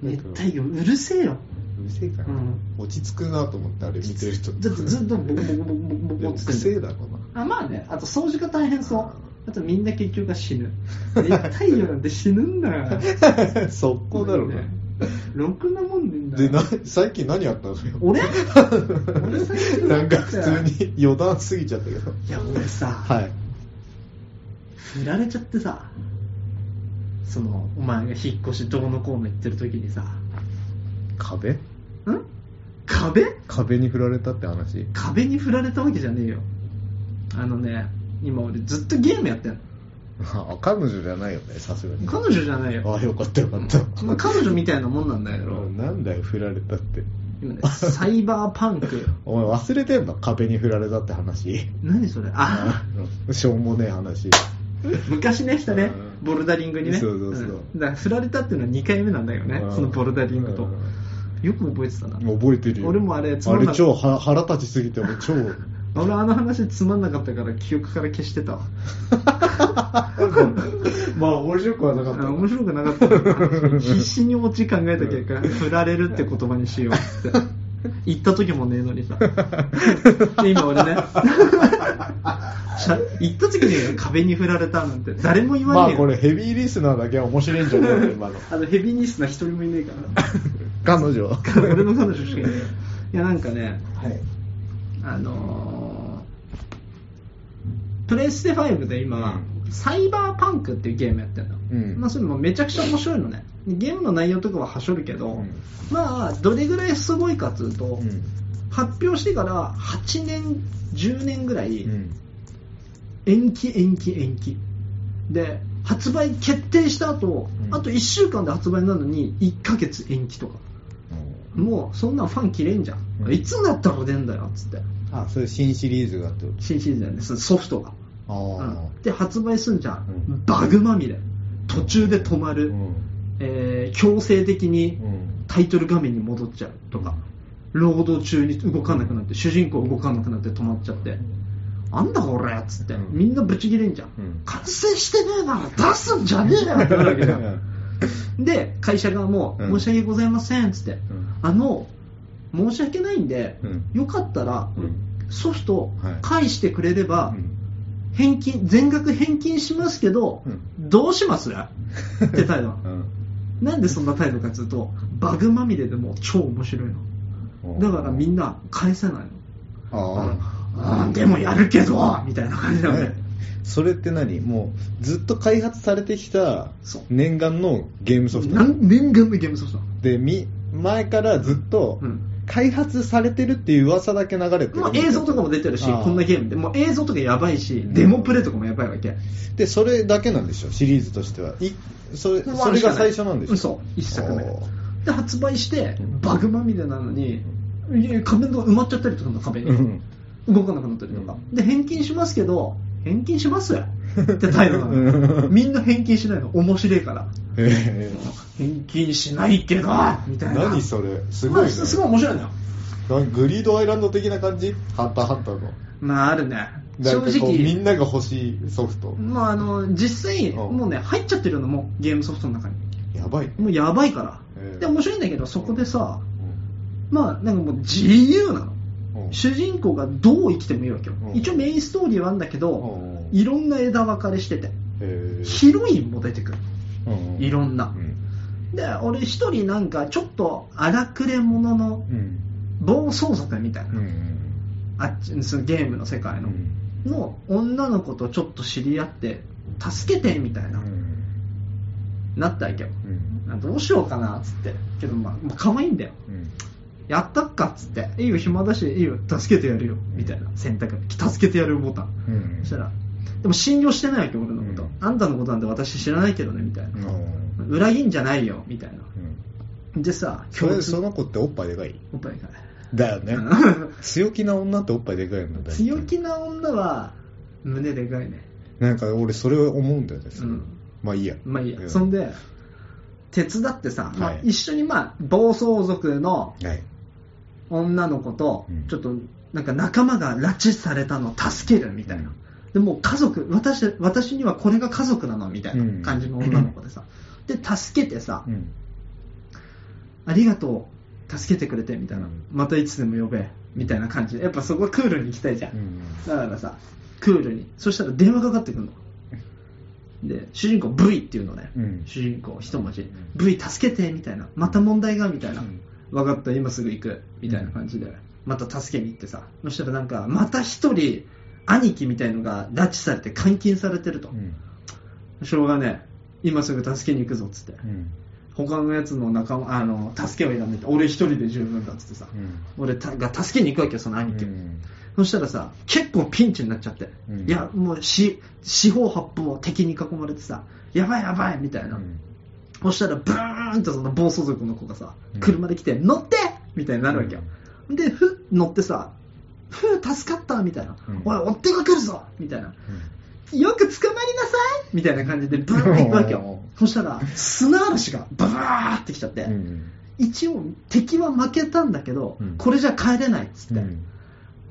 Speaker 1: 熱帯魚、うるせえよ。
Speaker 4: うるせえか
Speaker 1: う
Speaker 4: ら、
Speaker 1: ん。
Speaker 2: 落ち着くなと思ってあれ見てる人
Speaker 1: ずっとずっとボコボコボコボコボ
Speaker 2: でも
Speaker 1: コっつって ん
Speaker 2: 癖
Speaker 1: の
Speaker 2: だろうな
Speaker 1: あ、まあね。あと掃除が大変そう。あとみんな結局は死ぬ。で太陽なんて死ぬんだよ。
Speaker 2: 速攻だろうな、
Speaker 1: ね。ろくなもんねんだ
Speaker 2: で
Speaker 1: よ。
Speaker 2: な最近何あったのよ
Speaker 1: 俺俺最近
Speaker 2: なんか普通に余談すぎちゃったけど
Speaker 1: いや、俺さ、
Speaker 2: はい
Speaker 1: 振られちゃってさ、その、お前が引っ越しどうのこうの言ってる時にさ、ん
Speaker 4: 壁
Speaker 1: 壁
Speaker 4: 壁に振られたって話
Speaker 1: 壁に振られたわけじゃねえよ。あのね、今俺ずっとゲームやってんの。
Speaker 4: あ彼女じゃないよねさすがに
Speaker 1: 彼女じゃないよ。
Speaker 2: ああよかったよかった、
Speaker 1: まあ、彼女みたいなもんなんだけど、
Speaker 4: なんだよ振られたって
Speaker 1: 今ね、サイバーパンク。
Speaker 4: お前忘れてんの壁に振られたって話
Speaker 1: 何それ あ、
Speaker 4: しょうもねえ話
Speaker 1: 昔ね、したね、ボルダリングにね。
Speaker 4: そうそうそうん
Speaker 1: だから振られたっていうのは2回目なんだよね
Speaker 4: う、ん
Speaker 1: そのボルダリングと
Speaker 4: う。ん
Speaker 1: よく覚えてたな。
Speaker 4: 覚えてるよ
Speaker 1: 俺もあれつま
Speaker 4: あ
Speaker 1: んな
Speaker 4: れ超は腹立ちすぎて俺超
Speaker 1: 俺あの話つまんなかったから記憶から消してたわ。
Speaker 4: まあ面白くはな
Speaker 1: あ面白くなかったな必死にオチ考えた結果、振られるって言葉にしようって。言った時もねえのにさ。で、今俺 ね、しゃ言った時に壁に振られたなんて誰も言
Speaker 4: ま
Speaker 1: わ
Speaker 4: あ
Speaker 1: ねえよ。
Speaker 4: これヘビーリスナーだけは面白いんじゃないの今の
Speaker 1: あのヘビーニスナー一人もいねえから。
Speaker 4: 彼女は
Speaker 1: 俺の彼女 しかいない。いや、なんかね、あのープレイステ5で今、サイバーパンクっていうゲームやってるの。
Speaker 4: うん
Speaker 1: まあ、それもめちゃくちゃ面白いのね。ゲームの内容とかははしょるけど、
Speaker 4: うん
Speaker 1: まあ、どれぐらいすごいかというと、
Speaker 4: うん
Speaker 1: 発表してから8年、10年ぐらい、
Speaker 4: うん
Speaker 1: 延期、延期、延期。で、発売決定した後、
Speaker 4: うん
Speaker 1: あと1週間で発売なのに、1ヶ月延期とか。もうそんなんファン切れんじゃん、
Speaker 4: うん
Speaker 1: いつになったら出んだよっつって
Speaker 4: あそういう新シリーズがってこ
Speaker 1: 新シリーズだよねそのソフトが、
Speaker 4: とあ
Speaker 1: うんで発売すんじゃん、
Speaker 4: う
Speaker 1: バグまみれ途中で止ま
Speaker 4: あ
Speaker 1: る、
Speaker 4: うん
Speaker 1: えー強制的に
Speaker 4: うん
Speaker 1: タイトル画面に戻っちゃうとか、労働中に動かなくなって主人公動かなくなって止まっちゃってあんだこれっつって、
Speaker 4: うん
Speaker 1: みんなブチ切れんじゃん、
Speaker 4: うん
Speaker 1: 完成してねえなら出すんじゃねえよってなるわけじゃんで会社側も
Speaker 4: う
Speaker 1: 申
Speaker 4: ん
Speaker 1: し訳ございませんっつって、
Speaker 4: ん
Speaker 1: あの申し訳ないんで、
Speaker 4: うん
Speaker 1: よかったら、
Speaker 4: うん
Speaker 1: ソフト
Speaker 4: はい
Speaker 1: 返してくれれば、
Speaker 4: うん
Speaker 1: 返金全額返金しますけど、
Speaker 4: うん
Speaker 1: どうしますって態 度なのなんでそんな態度かというとバグまみれでもう超面白いの
Speaker 4: うん
Speaker 1: だからみんな返せないの
Speaker 4: ああ
Speaker 1: あーでもやるけどみたいな感じだよね
Speaker 4: それって何もうずっと開発されてきた
Speaker 1: そう
Speaker 4: 念願のゲームソフト
Speaker 1: 何念願のゲームソフトなの
Speaker 4: でみ前からずっと
Speaker 1: うん
Speaker 4: 開発されてるっていう噂だけ流れてる
Speaker 1: もう映像とかも出てるし
Speaker 4: あー
Speaker 1: こんなゲームでもう映像とかやばいしデモプレイとかもやばいわけ
Speaker 4: でそれだけなんでしょシリーズとしてはいそれそれが最初なんでしょ
Speaker 1: そう一作目
Speaker 4: おー
Speaker 1: で発売してバグまみれなのにいや壁が埋まっちゃったりとかの壁に、
Speaker 4: うん
Speaker 1: 動かなくなったりとか、で返金しますけど返金します って態度なの
Speaker 4: うん
Speaker 1: みんな返金しないの面白いから
Speaker 4: え
Speaker 1: 返金しないけどみたいな
Speaker 2: 何それす
Speaker 1: す
Speaker 2: ごい
Speaker 1: ま
Speaker 2: ね
Speaker 1: あ、すすごい面白いのよ
Speaker 2: なんかグリードアイランド的な感じハンターハンターの
Speaker 1: まああるね
Speaker 2: な
Speaker 1: 正
Speaker 2: んかこうみ
Speaker 1: 直
Speaker 2: んなが欲しいソフト
Speaker 1: まああの実際
Speaker 2: うん
Speaker 1: もうね入っちゃってるのもうゲームソフトの中に
Speaker 2: やばいね
Speaker 1: もうやばいから、
Speaker 2: ええ
Speaker 1: で面白いんだけどそこでさまあなんかもう自由なの
Speaker 2: うん
Speaker 1: 主人公がどう生きてもいいわけよ、
Speaker 2: うん
Speaker 1: 一応メインストーリーはあるんだけど、
Speaker 2: うん
Speaker 1: いろんな枝分かれしてて
Speaker 2: ええ
Speaker 1: ヒロインも出てくる
Speaker 4: うん
Speaker 1: いろんな
Speaker 4: う、ん
Speaker 1: で俺一人なんかちょっと荒くれ者の
Speaker 4: うん
Speaker 1: 暴走族みたいな、
Speaker 4: うん
Speaker 1: あっちそのゲームの世界の、の女の子とちょっと知り合って助けてみたいな、
Speaker 4: うん
Speaker 1: なったわけよ
Speaker 4: うん
Speaker 1: あどうしようかなっつってけどまあもう可愛いんだよ
Speaker 4: うん
Speaker 1: やったっかっつっていいよ暇だしいいよ助けてやるよみたいな選択助けてやるボタン
Speaker 4: うん
Speaker 1: そしたら、でも信用してないわけ、俺のこと、
Speaker 4: うん
Speaker 1: あんたのことなんて私知らないけどね、みたいな。
Speaker 4: うん
Speaker 1: 裏切んじゃないよ、みたいな。
Speaker 4: うん
Speaker 1: でさ、
Speaker 4: そ
Speaker 1: 共
Speaker 4: れ
Speaker 1: 通
Speaker 4: その子っておっぱいでかい
Speaker 1: おっぱいが
Speaker 4: だよね 強気な女っておっぱいでかいよね大体
Speaker 1: 強気な女は、胸でかいね。
Speaker 4: なんか俺それを思うんだよね、それ
Speaker 1: うん
Speaker 4: まあいいや
Speaker 1: まあいいや。
Speaker 4: うん
Speaker 1: そんで、手伝ってさ、まあ
Speaker 4: はい
Speaker 1: 一緒にまあ、暴走族の
Speaker 4: はい
Speaker 1: 女の子と
Speaker 4: うん、
Speaker 1: ちょっと、なんか仲間が拉致されたのを助けるみたいな。でもう家族私、私にはこれが家族なのみたい な感じの女の子でさ。で、助けてさ、
Speaker 4: うん
Speaker 1: ありがとう。助けてくれてみたいな、
Speaker 4: うん
Speaker 1: またいつでも呼べみたいな感じでやっぱそこはクールに行きたいじゃん、だからさクールにそしたら電話かかってくるので主人公 V っていうのね、
Speaker 4: うん
Speaker 1: 主人公一文字 V 助けてみたいなまた問題がみたいな、分かった今すぐ行くみたいな感じで、また助けに行ってさそしたらなんかまた一人兄貴みたいのが拉致されて監禁されてると、しょうがねえ今すぐ助けに行くぞっつって他のやつの仲間あの助けを選んでて俺一人で十分だっつってさ俺たが助けに行くわけよその兄貴を、そしたらさ結構ピンチになっちゃって、
Speaker 4: うん
Speaker 1: いやもうし四方八方敵に囲まれてさやばいやばいみたいな、そしたらブーンとその暴走族の子がさ
Speaker 4: うん
Speaker 1: 車で来て乗ってみたいになるわけよ、でふっ乗ってさふう助かったみたいな、
Speaker 4: うん
Speaker 1: おい追ってかかるぞみたいなよく捕まりなさいみたいな感じでブーンって行くわけよそしたら砂嵐がバーって来ちゃって、一応敵は負けたんだけど、
Speaker 4: うん
Speaker 1: これじゃ帰れないっつって、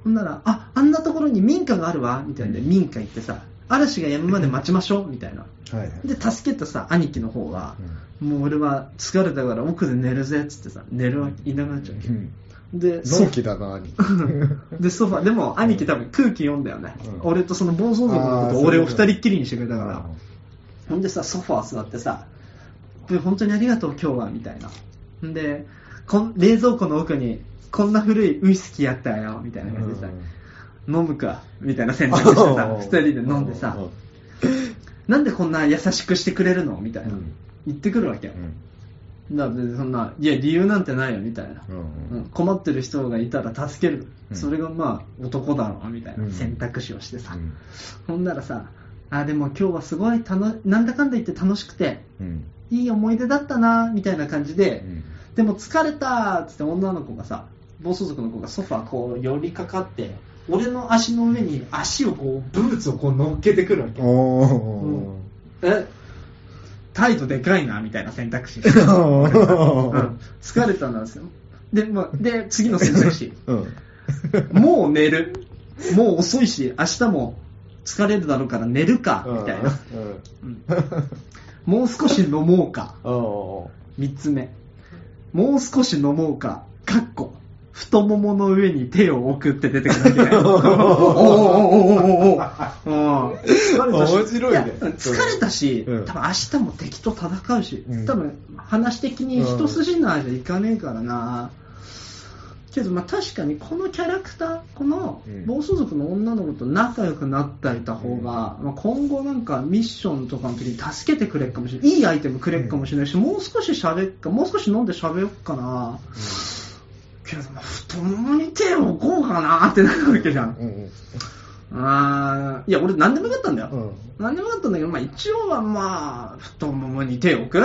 Speaker 1: ほんならああんなところに民家があるわみたいなんで、
Speaker 4: うん
Speaker 1: 民家行ってさ嵐が止むまで待ちましょうみたいな
Speaker 4: はいはい
Speaker 1: で助けたさ兄貴の方は、もう俺は疲れたから奥で寝るぜっつってさ寝るわけいなくなっちゃうわけでソ
Speaker 2: 納
Speaker 1: フ
Speaker 2: 期だな、兄 貴。
Speaker 1: ァでソファでも兄貴多分空気読んだよね、
Speaker 4: うん
Speaker 1: 俺とその暴走族の
Speaker 2: あー
Speaker 1: こ
Speaker 2: そういう
Speaker 1: と
Speaker 2: こと
Speaker 1: 俺を二人っきりにしてくれたから、ほんでさ、ソファー座ってさ、で本当にありがとう、今日は、みたいな。んでこん、冷蔵庫の奥に、こんな古いウイスキーあったよ、みたいな感じでさ、飲むか、みたいな選択して さ、二人で飲んでさ、なんでこんな優しくしてくれるのみたいな、言ってくるわけよ。だってそんな、いや、理由なんてないよ、みたいな。うん困ってる人がいたら助ける、
Speaker 4: うん
Speaker 1: それがまあ男だろうみたいうなん選択肢をしてさ、ほんならさあでも今日はすごい楽なんだかんだ言って楽しくていい思い出だったなみたいな感じで、でも疲れたっつって女の子がさ暴走族の子がソファーこう寄りかかって俺の足の上に足をこうブーツをこう乗っけてくるわけ、え態度でかいなみたいな選択肢、うん疲れたなんですよで,、まあ、で次の選択肢もう寝るもう遅いし明日も疲れるだろうから寝るかみたいな、うんもう少し飲もうか3つ目もう少し飲もうかかっこ太ももの上に手を置くって出てくる わけねおーおーおーおーおーおー疲れたし
Speaker 4: 面白いね
Speaker 1: や疲れたし、
Speaker 4: うん
Speaker 1: 多分明日も敵と戦うし、
Speaker 4: うん
Speaker 1: 多分話的に一筋縄じゃいかねえからな、けどまあ確かにこのキャラクターこの
Speaker 4: うん
Speaker 1: 暴走族の女の子と仲良くなっていた方が、まあ、今後なんかミッションとかの時に助けてくれるかもしれないいいアイテムくれるかもしれないし、もう少し喋っかもう少し飲んで喋よっかな、けどまあ太ももに手を置こうかなってなるわけじゃん、あーいや俺何でもよかったんだよ、何でもよかったんだけど、まあ、一応はまあ太ももに手を置く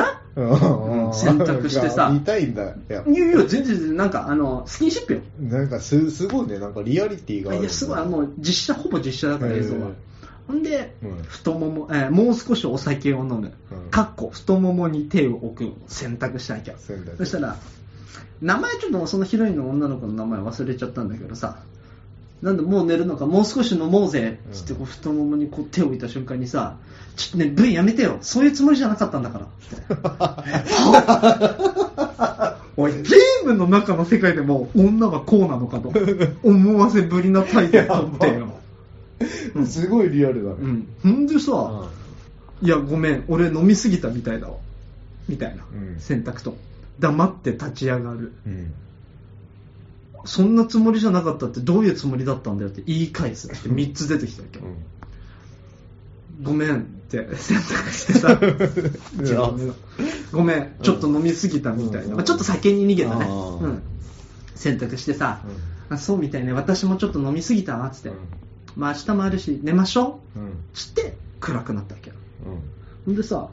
Speaker 2: 選見たいんだ。いや、
Speaker 1: いやいや全然全然なんかあのスキンシップよ
Speaker 2: なんかす、すごいね、なんかリアリティがあ
Speaker 1: い
Speaker 2: る。
Speaker 1: やすごいあの実写ほぼ実写だから映像は
Speaker 2: へえ
Speaker 1: ほんで
Speaker 4: うん
Speaker 1: 太もも、えーもう少しお酒を飲む、
Speaker 4: うん
Speaker 1: かっこ太ももに手を置くを選択したいけど
Speaker 4: 選択
Speaker 1: そしたら名前ちょっとそのヒロインの女の子の名前忘れちゃったんだけどさなんでもう寝るのかもう少し飲もうぜっつってこう太ももにこう手を置いた瞬間にさちょっとね V やめてよそういうつもりじゃなかったんだからおい、ゲームの中の世界でも女はこうなのかと思わせぶりな態度をとってよ。
Speaker 2: すごいリアルだ
Speaker 1: う
Speaker 2: ね。
Speaker 1: ん。ほんでさ、
Speaker 2: うん
Speaker 1: いや、ごめん、俺飲みすぎたみたいだわ。みたいな、
Speaker 4: うん
Speaker 1: 選択と。黙って立ち上がる。そんなつもりじゃなかったってどういうつもりだったんだよって言い返すって3つ出てきたわけ。ごめんって選択して さ、違うごめん、ちょっと飲みすぎたみたいな。
Speaker 2: うん
Speaker 1: まあちょっと酒に逃げたね。
Speaker 2: あー
Speaker 1: うん。選択してさ、あそうみたいね私もちょっと飲みすぎたわっつって、まあ明日もあるし寝ましょうっつって暗くなったわけよほんでさ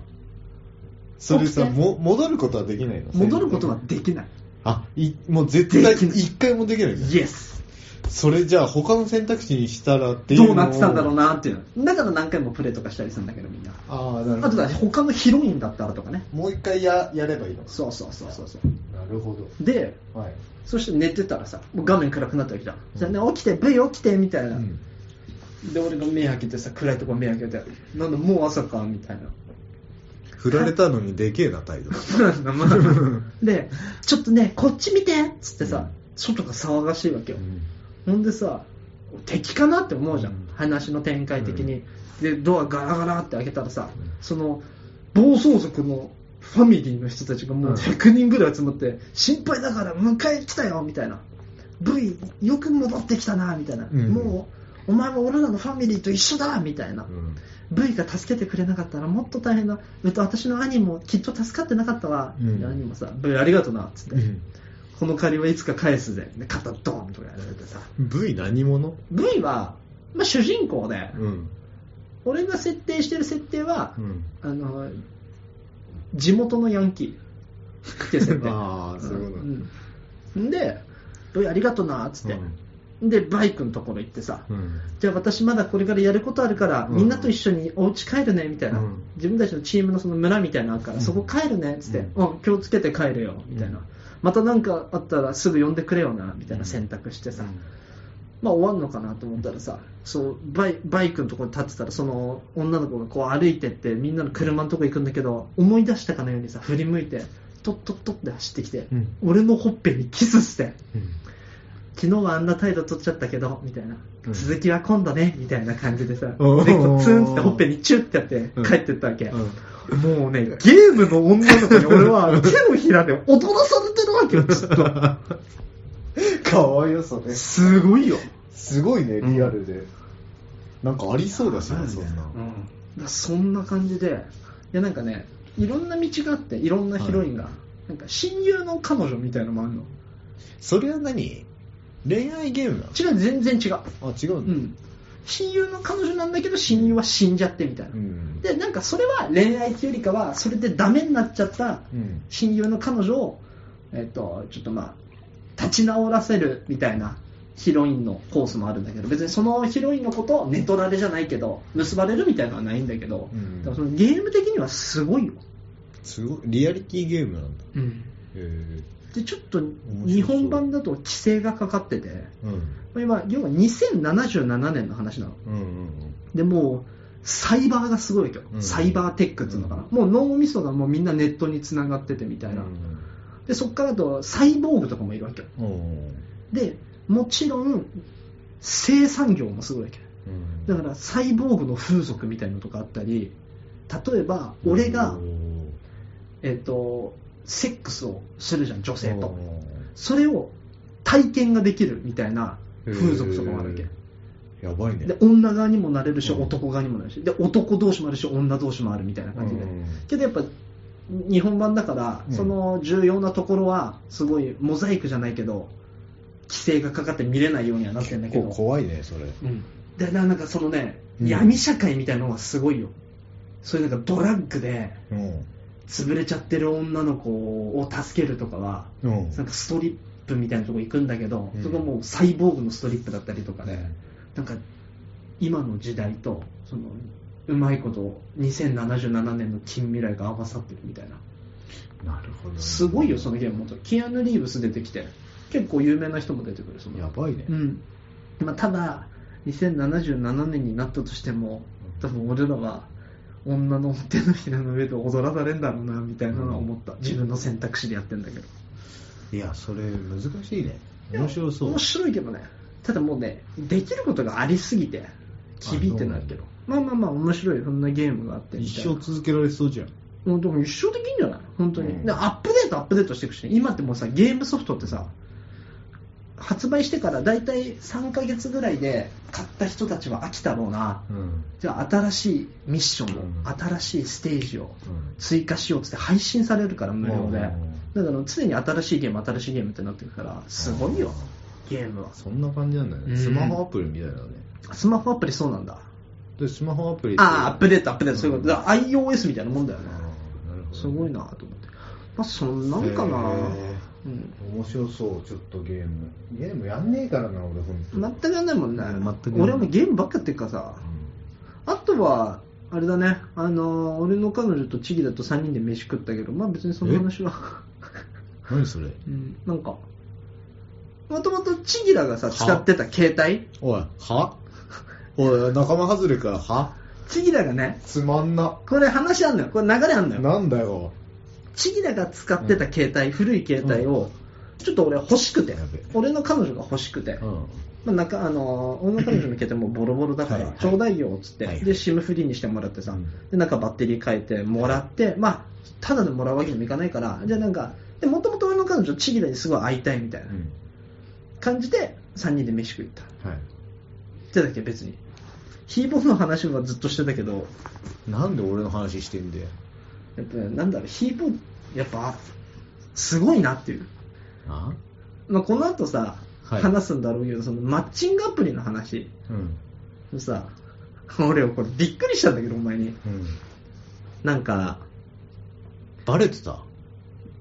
Speaker 2: それさ、も、戻ることはできないの
Speaker 1: 戻ることはできない
Speaker 2: あ、い、もう絶対、一回もできないじゃん
Speaker 1: イエス
Speaker 2: それじゃあ他の選択肢にしたらっていうの
Speaker 1: ど
Speaker 2: を
Speaker 1: うなってたんだろうなっていうだから何回もプレイとかしたりするんだけどみんな
Speaker 2: ああなるほ
Speaker 1: あと
Speaker 2: ど
Speaker 1: だ他のヒロインだったらとかね
Speaker 2: もう一回ややればいいの
Speaker 1: そうそうそうそうそう
Speaker 2: なるほど
Speaker 1: で
Speaker 2: はい
Speaker 1: そして寝てたらさもう画面暗くなったわけじゃん、じゃあね起きて V 起きてみたいな、で俺が目開けてさ暗いとこ目開けてなんだもう朝かみたいな
Speaker 4: 振られたのにでけえな態度
Speaker 1: そうなんだ、まあ。 で、ちょっとね、こっち見てっつってさ、外が騒がしいわけよ。ほんでさ、敵かなって思うじゃん、話の展開的に。で、ドアガラガラって開けたらさ、その、暴走族のファミリーの人たちがもう100人ぐらい集まって、心配だから迎え来たよみたいな。V、よく戻ってきたな、みたいな。
Speaker 4: うん
Speaker 1: もう、お前も俺らのファミリーと一緒だ、みたい
Speaker 4: う
Speaker 1: な。
Speaker 4: ん、
Speaker 1: V が助けてくれなかったらもっと大変だ、えっと、私の兄もきっと助かってなかったわ、
Speaker 4: うん
Speaker 1: で兄もさ V ありがとなっつって、
Speaker 4: うん
Speaker 1: この借りはいつか返すぜで肩ドーンとかやられてさ
Speaker 4: V 何者
Speaker 1: V は、まあ、主人公で、
Speaker 4: うん
Speaker 1: 俺が設定してる設定は
Speaker 4: う、ん
Speaker 1: あの地元のヤンキーっていう設 定
Speaker 4: ああそういうこと
Speaker 1: んうんで V ありがとなっつって、でバイクのところ行ってさ、
Speaker 4: うんうん
Speaker 1: じゃあ私まだこれからやることあるから、
Speaker 4: うん
Speaker 1: みんなと一緒にお家帰るねみたいな、
Speaker 4: うん
Speaker 1: 自分たちのチームのその村みたいなのあるから、そこ帰るねっつって、うん気をつけて帰れよみたいな、
Speaker 4: うん
Speaker 1: また何かあったらすぐ呼んでくれよなみたいな選択してさ、まあ終わんのかなと思ったらさそうバイバイクのところに立ってたらその女の子がこう歩いてってみんなの車のとこ行くんだけど思い出したかのようにさ振り向いてトットットッって走ってきて、
Speaker 4: うん
Speaker 1: 俺のほっぺにキスして。
Speaker 4: うん
Speaker 1: 昨日はあんな態度取っちゃったけど、みたいな。
Speaker 4: うん
Speaker 1: 続きは今度ね、みたいな感じでさ、で、
Speaker 4: お
Speaker 1: こ
Speaker 4: ー
Speaker 1: うツンってほっぺにチュってやって
Speaker 4: うん
Speaker 1: 帰ってったわけ。
Speaker 4: うん
Speaker 1: もうね、ゲームの女の子に俺は手のひらで踊らされてるわけよ、ずっと。
Speaker 2: かわいよ、それ。
Speaker 1: すごいよ。
Speaker 2: すごいね、
Speaker 1: うん
Speaker 2: リアルで。なんかありそうだしな、
Speaker 4: あ
Speaker 2: そんな。
Speaker 1: だそんな感じで、いやなんかね、いろんな道があって、いろんなヒロインが、なんか親友の彼女みたいなのもあるの。
Speaker 4: それは何恋愛ゲームな
Speaker 1: 違う、全然違う。
Speaker 4: のあ違う
Speaker 1: うん
Speaker 4: だ
Speaker 1: ん。親友の彼女なんだけど、親友は死んじゃってみたいな。
Speaker 4: うん
Speaker 1: でなんかそれは恋愛っていうよりかはそれでダメになっちゃった
Speaker 4: うん
Speaker 1: 親友の彼女を、えっとちょっとまあ立ち直らせるみたいなヒロインのコースもあるんだけど別にそのヒロインのことを寝取られじゃないけど結ばれるみたいなのはないんだけど、
Speaker 4: うん
Speaker 1: だからそのゲーム的にはすごいよ、
Speaker 4: すごいリアリティゲームなんだへえ
Speaker 1: でちょっと日本版だと規制がかかってて
Speaker 4: うん
Speaker 1: 今要は2077年の話なの
Speaker 4: うんうん
Speaker 1: でもうサイバーがすごいわけど、
Speaker 4: うん
Speaker 1: サイバーテックっていうのかな、もう脳みそがもうみんなネットにつながっててみたいな、でそこからだとサイボーグとかもいるわけよ
Speaker 4: うんうん
Speaker 1: でもちろん生産業もすごいわけ
Speaker 4: うん
Speaker 1: だからサイボーグの風俗みたいなのとかあったり例えば俺が
Speaker 4: お、ー
Speaker 1: えっとセックスをするじゃん女性と
Speaker 4: おー
Speaker 1: それを体験ができるみたいな風俗とかもあるわけ
Speaker 4: やばいね
Speaker 1: で女側にもなれるし
Speaker 4: うん
Speaker 1: 男側にもなれるしで男同士もあるし女同士もあるみたいな感じで、けどやっぱ日本版だから、
Speaker 4: うん
Speaker 1: その重要なところはすごいモザイクじゃないけど規制がかかって見れないようにはなってるんだけ
Speaker 4: 結構
Speaker 1: ど、
Speaker 4: 怖いねそれ
Speaker 1: うん、でななんかそのね、
Speaker 4: うん
Speaker 1: 闇社会みたいなのがすごいよそういうなんかドラッグで
Speaker 4: うん
Speaker 1: 潰れちゃってる女の子を助けるとかは
Speaker 4: うん
Speaker 1: なんかストリップみたいなとこ行くんだけど、
Speaker 4: うん
Speaker 1: そこもうサイボーグのストリップだったりとかね、
Speaker 4: ね
Speaker 1: なんか今の時代とそのうまいこと2077年の近未来が合わさってるみたいな
Speaker 4: なるほど
Speaker 1: すごいよそのゲームもキアヌ・リーブス出てきて結構有名な人も出てくるその
Speaker 4: やばいね
Speaker 1: うんまあ、ただ2077年になったとしても多分俺らは女の手のひらの上で踊らされんだろうなみたいなのは思った、自分の選択肢でやってんだけど
Speaker 4: いやそれ難しいね面白そう
Speaker 1: 面白いけどねただもうねできることがありすぎて響いてないけどまあまあまあ面白いそんなゲームがあってみた
Speaker 4: 一
Speaker 1: い
Speaker 4: 生
Speaker 1: な
Speaker 4: 続けられそうじゃん
Speaker 1: もうでも一生できんじゃない本当に、
Speaker 4: うん
Speaker 1: でアップデートアップデートしていくし今ってもうさゲームソフトってさ発売してから大体3ヶ月ぐらいで買った人たちは飽きたろうな
Speaker 4: うん
Speaker 1: じゃあ新しいミッションを、
Speaker 4: うん
Speaker 1: 新しいステージを追加しようっつって配信されるから無料で、だから常に新しいゲーム新しいゲームってなってるからすごいよゲームは
Speaker 4: そんな感じなんだ
Speaker 1: うん
Speaker 4: ねスマホアプリみたいなのね
Speaker 1: スマホアプリそうなんだ
Speaker 4: でスマホアプリって
Speaker 1: ああアップデートアップデートそういうことだから iOS みたいなもんだよね
Speaker 4: あーなるほど
Speaker 1: すごいなと思ってまあそんなんかな
Speaker 4: へ
Speaker 1: うん
Speaker 4: ー面白そうちょっとゲームゲームやんねえからな俺本当
Speaker 1: 全くやんないもんね
Speaker 4: うん全くやんない
Speaker 1: 俺もゲームばっかやってるからさあとはあれだねあのー俺の彼女とチギだと3人で飯食ったけどまあ別にその話は
Speaker 4: 何それ
Speaker 1: うんなんかもともとチギラがさ使ってた携帯
Speaker 4: おいはおい仲間外れからは
Speaker 1: チギラがね、
Speaker 2: つまんな。
Speaker 1: これ話あんのよ。これ流れあんのよ。
Speaker 2: なんだよ。
Speaker 1: チギラが使ってた携帯、古い携帯を、ちょっと俺欲しくて
Speaker 2: やべえ、
Speaker 1: 俺の彼女が欲しくて、
Speaker 2: うん。
Speaker 1: まあ、なんかあのー俺の彼女の携帯もうボロボロだか
Speaker 2: は
Speaker 1: ら
Speaker 2: い、
Speaker 1: ちょうだいよっつって、
Speaker 2: はい
Speaker 1: で、SIM フリーにしてもらってさ、
Speaker 2: うん
Speaker 1: で、なんかバッテリー変えてもらって、まあ、ただでもらうわけにもいかないから、じゃあなんか、で、もともと俺の彼女、チギラにすごい会いたいみたいな感じで、3人で飯食い行った。
Speaker 2: はい。
Speaker 1: ってだけ、別に。ヒーボーの話はずっとしてたけど、
Speaker 2: なんで俺の話してんだよ。
Speaker 1: やっぱなんだろう、ヒーボー、やっぱ、すごいなっていう。
Speaker 2: あ
Speaker 1: まあ、この後さ、
Speaker 2: はい
Speaker 1: 話すんだろうけど、そのマッチングアプリの話、
Speaker 2: うん。
Speaker 1: さ、 俺、これびっくりしたんだけど、お前
Speaker 2: う
Speaker 1: に。
Speaker 2: ん。
Speaker 1: なんか、
Speaker 2: バレてた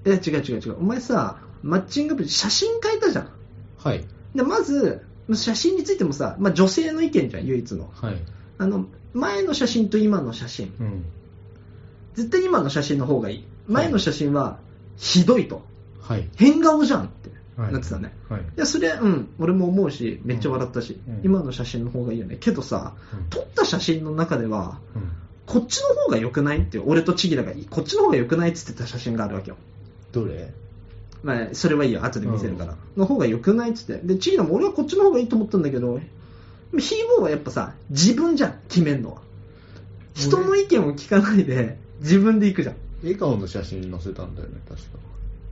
Speaker 1: え、違う違う違う。お前さ、マッチングアプリ、写真変えたじゃん。
Speaker 2: はい。
Speaker 1: で、まず、写真についてもさ、まあ、女性の意見じゃん、唯一の。
Speaker 2: はい。
Speaker 1: あの、前の写真と今の写真。
Speaker 2: うん。
Speaker 1: 絶対今の写真の方がいい。前の写真は、ひどいと。
Speaker 2: はい。
Speaker 1: 変顔じゃんって、
Speaker 2: はい
Speaker 1: なってたね。
Speaker 2: はい。
Speaker 1: いや、それ、うん、俺も思うし、めっちゃ笑ったし、
Speaker 2: うん
Speaker 1: 今の写真の方がいいよね。けどさ、
Speaker 2: うん
Speaker 1: 撮った写真の中では、
Speaker 2: うん。
Speaker 1: こっちの方が良くないって、俺とチギラがいい、こっちの方が良くないって言ってた写真があるわけよ。
Speaker 2: どれ
Speaker 1: まあ、それはいいよ、後で見せるから。の方が良くないって言って。で、チギラも俺はこっちの方がいいと思ったんだけど、ヒーボーはやっぱさ、自分じゃん、決めんのは。人の意見を聞かないで、自分で行くじゃん。
Speaker 2: 笑顔の写真載せたんだよね、確か。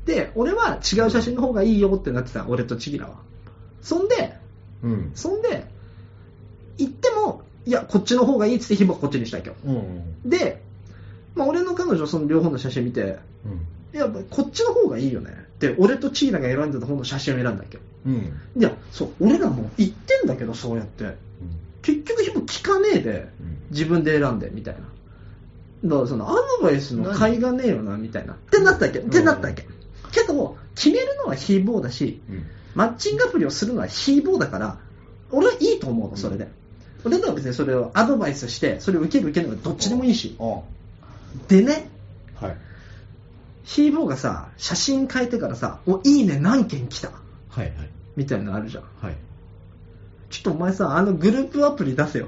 Speaker 1: で、俺は違う写真の方がいいよってなってた、俺とチギラは。そんで、
Speaker 2: うん。
Speaker 1: そんで、行っても、いや、こっちの方がいいって言って、ヒーボーはこっちにしたわけよ。
Speaker 2: うん。
Speaker 1: で、まあ、俺の彼女、その両方の写真見て、
Speaker 2: うん。
Speaker 1: いや、こっちの方がいいよね。で、俺とチーナが選んでた方の写真を選んだっけ。
Speaker 2: うん。
Speaker 1: いや、そう、俺らも言ってんだけど、そうやって。結局、も聞かねえで、自分で選んで、みたいな。だから、その、アドバイスの甲斐がねえよな、みたいな。ってなったっけ。ってなったっけ。けど、決めるのはヒーボーだし、
Speaker 2: うん。
Speaker 1: マッチングアプリをするのはヒーボーだから、俺はいいと思うの、それで。俺らは別にそれをアドバイスして、それを受ける受けないはどっちでもいいし。でね、
Speaker 2: はい。
Speaker 1: ヒーボーがさ、写真変えてからさ、お、いいね何件来た
Speaker 2: はいはい。
Speaker 1: みたいなのあるじゃん。
Speaker 2: はい。
Speaker 1: ちょっとお前さ、あのグループアプリ出せよ。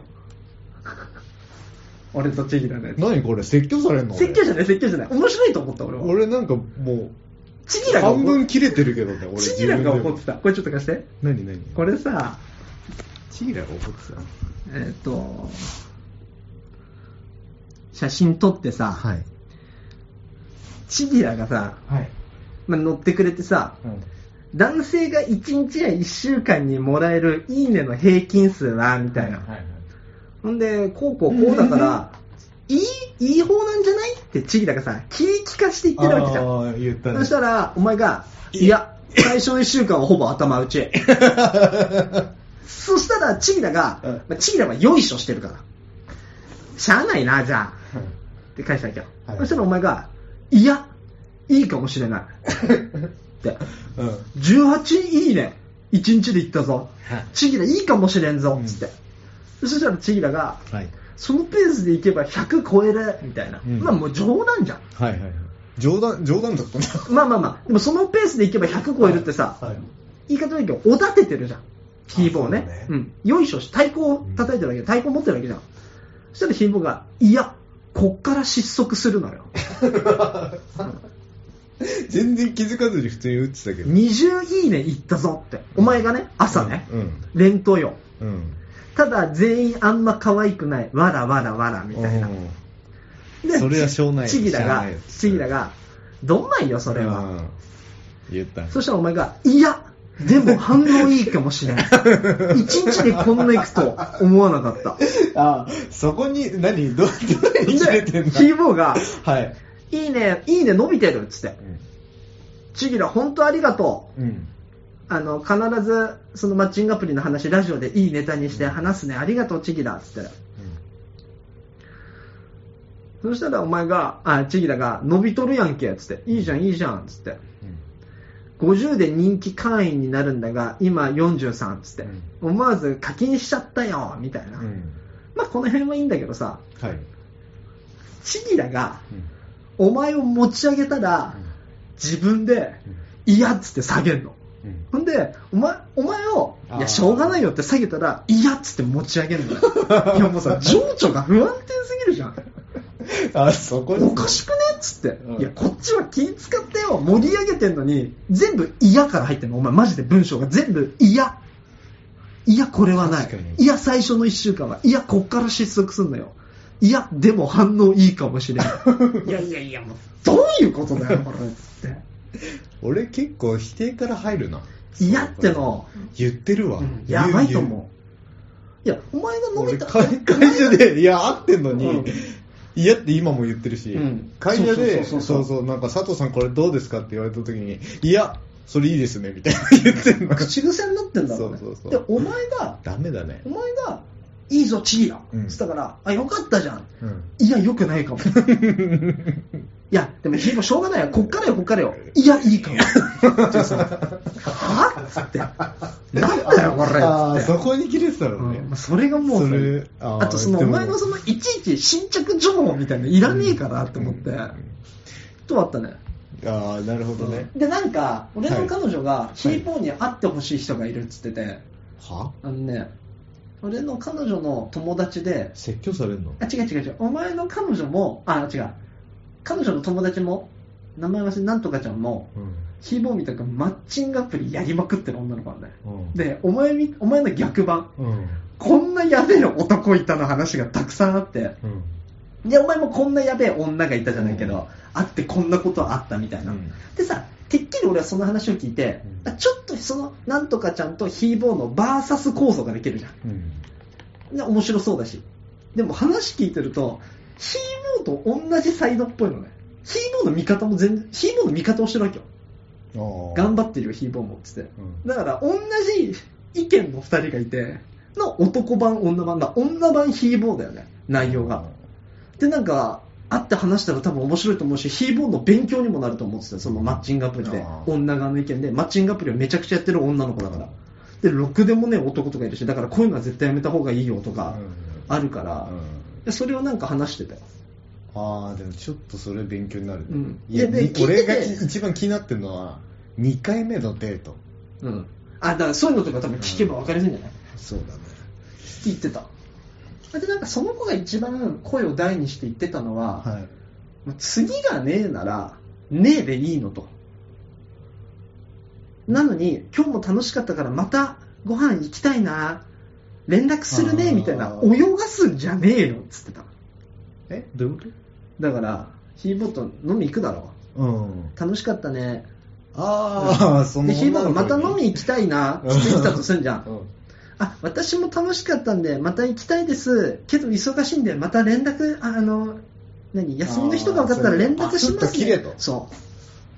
Speaker 1: 俺とチギラのやつ。
Speaker 2: 何これ説教されんの俺
Speaker 1: 説教じゃない、説教じゃない。面白いと思った、俺は。
Speaker 2: 俺なんかも
Speaker 1: チギ
Speaker 2: う
Speaker 1: ラが
Speaker 2: 半
Speaker 1: 怒っ
Speaker 2: 分切れてるけどね俺
Speaker 1: チギラが怒
Speaker 2: 自
Speaker 1: っ
Speaker 2: 分
Speaker 1: て
Speaker 2: で
Speaker 1: た。これちょっと貸して。
Speaker 2: 何何
Speaker 1: これさ、
Speaker 2: チギラが怒ってた
Speaker 1: えっ、と、写真撮ってさ、
Speaker 2: い
Speaker 1: チギラがさ、
Speaker 2: はい
Speaker 1: まあ、乗ってくれてさ、男性が1日や1週間にもらえるいいねの平均数は、みたいな。ほんで、こうこうこうだから、いい、いい方なんじゃないってチギラがさ、気利かして言ってるわけじゃん。
Speaker 2: ああ言った
Speaker 1: そしたら、お前が、いや、最初の1週間はほぼ頭打 ち。そしたら、チギラが、
Speaker 2: うん
Speaker 1: まあチギラはよいしょしてるから。しゃあないな、じゃあ。って返したわけよ。
Speaker 2: はい
Speaker 1: そしたらお前が、いや、いいかもしれない。って。
Speaker 2: うん
Speaker 1: 18いいね1日で行ったぞ、チギラいいかもしれんぞ
Speaker 2: うん
Speaker 1: つって、そしたらチギラが
Speaker 2: はい
Speaker 1: そのペースで行けば100超えるみたいな、
Speaker 2: うん
Speaker 1: まあもう冗談じゃん
Speaker 2: はいはいはい冗談冗談だったんだ
Speaker 1: まあまあまあでもそのペースで行けば100超えるってさ、
Speaker 2: はい
Speaker 1: 言い方だけどおだててるじゃんヒーボーね
Speaker 2: そうだね
Speaker 1: うん、よいしょし太鼓を叩いてるわけ太鼓持ってるわけじゃんそしたらヒーボーがいやこっから失速するのよ
Speaker 2: 全然気づかずに普通に打ってたけど
Speaker 1: 20いいね行ったぞってお前がね朝ね、
Speaker 2: うん
Speaker 1: 連投よ
Speaker 2: うん
Speaker 1: ただ全員あんま可愛くないわらわらわらみたいな
Speaker 2: うん
Speaker 1: で
Speaker 2: それはしょうない
Speaker 1: ちぎら
Speaker 2: しゃあ
Speaker 1: が
Speaker 2: ないやつ
Speaker 1: ちぎらがどんなんよそれは、
Speaker 2: うん言った
Speaker 1: そしたらお前がいやでも反応いいかもしれ ない一日でこんな行くと思わなかった
Speaker 2: あそこに何 どどれに切れてんだ
Speaker 1: でキーボーが
Speaker 2: はい
Speaker 1: 「いいねいいね伸びてる」っつって
Speaker 2: うん
Speaker 1: 「ちぎら本当ありがとう」
Speaker 2: うん
Speaker 1: あの必ずそのマッチングアプリの話ラジオでいいネタにして話すね、ありがとうちぎらっつってそしたらお前が、あ、チギラが、伸びとるやんけ、つって、いいじゃん、いいじゃん、つって。50で人気会員になるんだが、今43、つって。思わず課金しちゃったよ、みたいな。
Speaker 2: うん
Speaker 1: まあ、この辺はいいんだけどさ、
Speaker 2: はい
Speaker 1: チギラが、お前を持ち上げたら、自分で、いやっつって下げんの。
Speaker 2: うん
Speaker 1: ほんで、お前、お前を、い
Speaker 2: あー
Speaker 1: や、しょうがないよって下げたら、いやっつって持ち上げるのよ。いや、もうさ、情緒が不安定てるじゃん。
Speaker 2: あ、そこ
Speaker 1: お
Speaker 2: に。
Speaker 1: かしくねっつって、
Speaker 2: うん
Speaker 1: いや、こっちは気使ってよ、盛り上げてんのに、全部嫌から入ってんの、お前、マジで文章が全部嫌。いや、これはない
Speaker 2: 確かに。
Speaker 1: いや、最初の1週間は。いや、こっから失速すんのよ。いや、でも反応いいかもし れん。いやいやいや、もう、どういうことだよ、これ、つっ
Speaker 2: 俺結構否定から入るな。
Speaker 1: て。いやっての、
Speaker 2: 言ってるわ。
Speaker 1: やばいと
Speaker 2: う
Speaker 1: 思う。いや、お前が飲
Speaker 2: 俺
Speaker 1: みた
Speaker 2: 会会社で、いや、合ってんのに、
Speaker 1: うん
Speaker 2: いやって今も言ってるし、
Speaker 1: うん
Speaker 2: 会社で、
Speaker 1: そ
Speaker 2: そうう
Speaker 1: そ
Speaker 2: そう
Speaker 1: そうそう
Speaker 2: うなんか佐藤さんこれどうですかって言われた時に、いや、それいいですね、み たいな言ってんの。
Speaker 1: 口癖になってんだろね
Speaker 2: そうそうそう
Speaker 1: で、お前が、
Speaker 2: ダメだね
Speaker 1: お。前が、いいぞ、チギラ。
Speaker 2: うん
Speaker 1: つったから、あ、よかったじゃん。
Speaker 2: うん。
Speaker 1: いや、よくない かも。いや、でも、ヒーローしょうがないよ。こっからよ、こっからよ。いや、いい かも。じゃあさはっつって。なんだよ、これ。
Speaker 2: ああ、
Speaker 1: つっ
Speaker 2: そこに切れてた
Speaker 1: て
Speaker 2: のね。
Speaker 1: うんまあそれがもう
Speaker 2: それあ
Speaker 1: あ
Speaker 2: ー
Speaker 1: とそのお
Speaker 2: でも
Speaker 1: 前のそのいちいち新着情報みたいなのいらねえかなって思って、とあったね
Speaker 2: ああ、なるほどね。
Speaker 1: でなんか俺の彼女がヒーポーに会ってほしい人がいるっつってて、
Speaker 2: は
Speaker 1: あのね俺の彼女の友達で
Speaker 2: 説教されるの
Speaker 1: あ違う違う違うお前の彼女もあ違う彼女の友達も名前忘れなんとかちゃんも
Speaker 2: うん。
Speaker 1: ひーボーみたくマッチングアプリやりまくってる女の子なんだよ
Speaker 2: うん
Speaker 1: でお前みお前の逆版
Speaker 2: うん。
Speaker 1: こんなやべえ男いたの話がたくさんあって
Speaker 2: うん。
Speaker 1: でお前もこんなやべえ女がいたじゃないけど、あってこんなことあったみたいな、
Speaker 2: うん
Speaker 1: でさてっきり俺はその話を聞いて、
Speaker 2: うん
Speaker 1: あちょっとそのなんとかちゃんとひーボーのバーサス構想ができるじゃん
Speaker 2: うん。
Speaker 1: ね面白そうだしでも話聞いてるとヒーボーと同じサイドっぽいのねヒーボーの味方も全然ヒーボーの味方をしてるわけよ
Speaker 2: ああ。
Speaker 1: 頑張ってるよヒーボーもっつって
Speaker 2: うん
Speaker 1: だから同じ意見の2人がいての男版女版だ女版ヒーボーだよね内容がでなんか会って話したら多分面白いと思うしヒーボーの勉強にもなると思ってたよそのマッチングアプリで
Speaker 2: あー
Speaker 1: 女側の意見でマッチングアプリをめちゃくちゃやってる女の子だからでろくでもねえ男とかいるしだからこういうのは絶対やめた方がいいよとかあるから、
Speaker 2: うん
Speaker 1: でそれをなんか話してたよ
Speaker 2: ああ、でもちょっとそれ勉強になるね。
Speaker 1: うん
Speaker 2: いや、
Speaker 1: いやで
Speaker 2: に
Speaker 1: 聞い
Speaker 2: 俺
Speaker 1: てて
Speaker 2: がき一番気になってるのは、2回目のデート。
Speaker 1: うんあだからそういうのとか多分聞けば分かりやすいんじゃない、
Speaker 2: そうだね。
Speaker 1: って言ってたでなんかその子が一番声を大にして言ってたのは、
Speaker 2: はい。
Speaker 1: もう次がねえならねえでいいのとなのに今日も楽しかったからまたご飯行きたいな連絡する
Speaker 2: あ
Speaker 1: ね
Speaker 2: ー
Speaker 1: みたいな泳がすんじゃねえよっつってた
Speaker 2: え、どういうこ
Speaker 1: だからヒーボーと飲み行くだろ
Speaker 2: とうん。
Speaker 1: 楽しかったね
Speaker 2: ああ、その
Speaker 1: でヒーボーがまた飲
Speaker 2: み
Speaker 1: み行きたいなって言ってたとすんじゃん
Speaker 2: うん。
Speaker 1: あ私も楽しかったんでまた行きたいですけど忙しいんでまた連絡ああの何休みの人が分かったら連絡しま
Speaker 2: あーそうパスッ
Speaker 1: す
Speaker 2: と切れと
Speaker 1: そう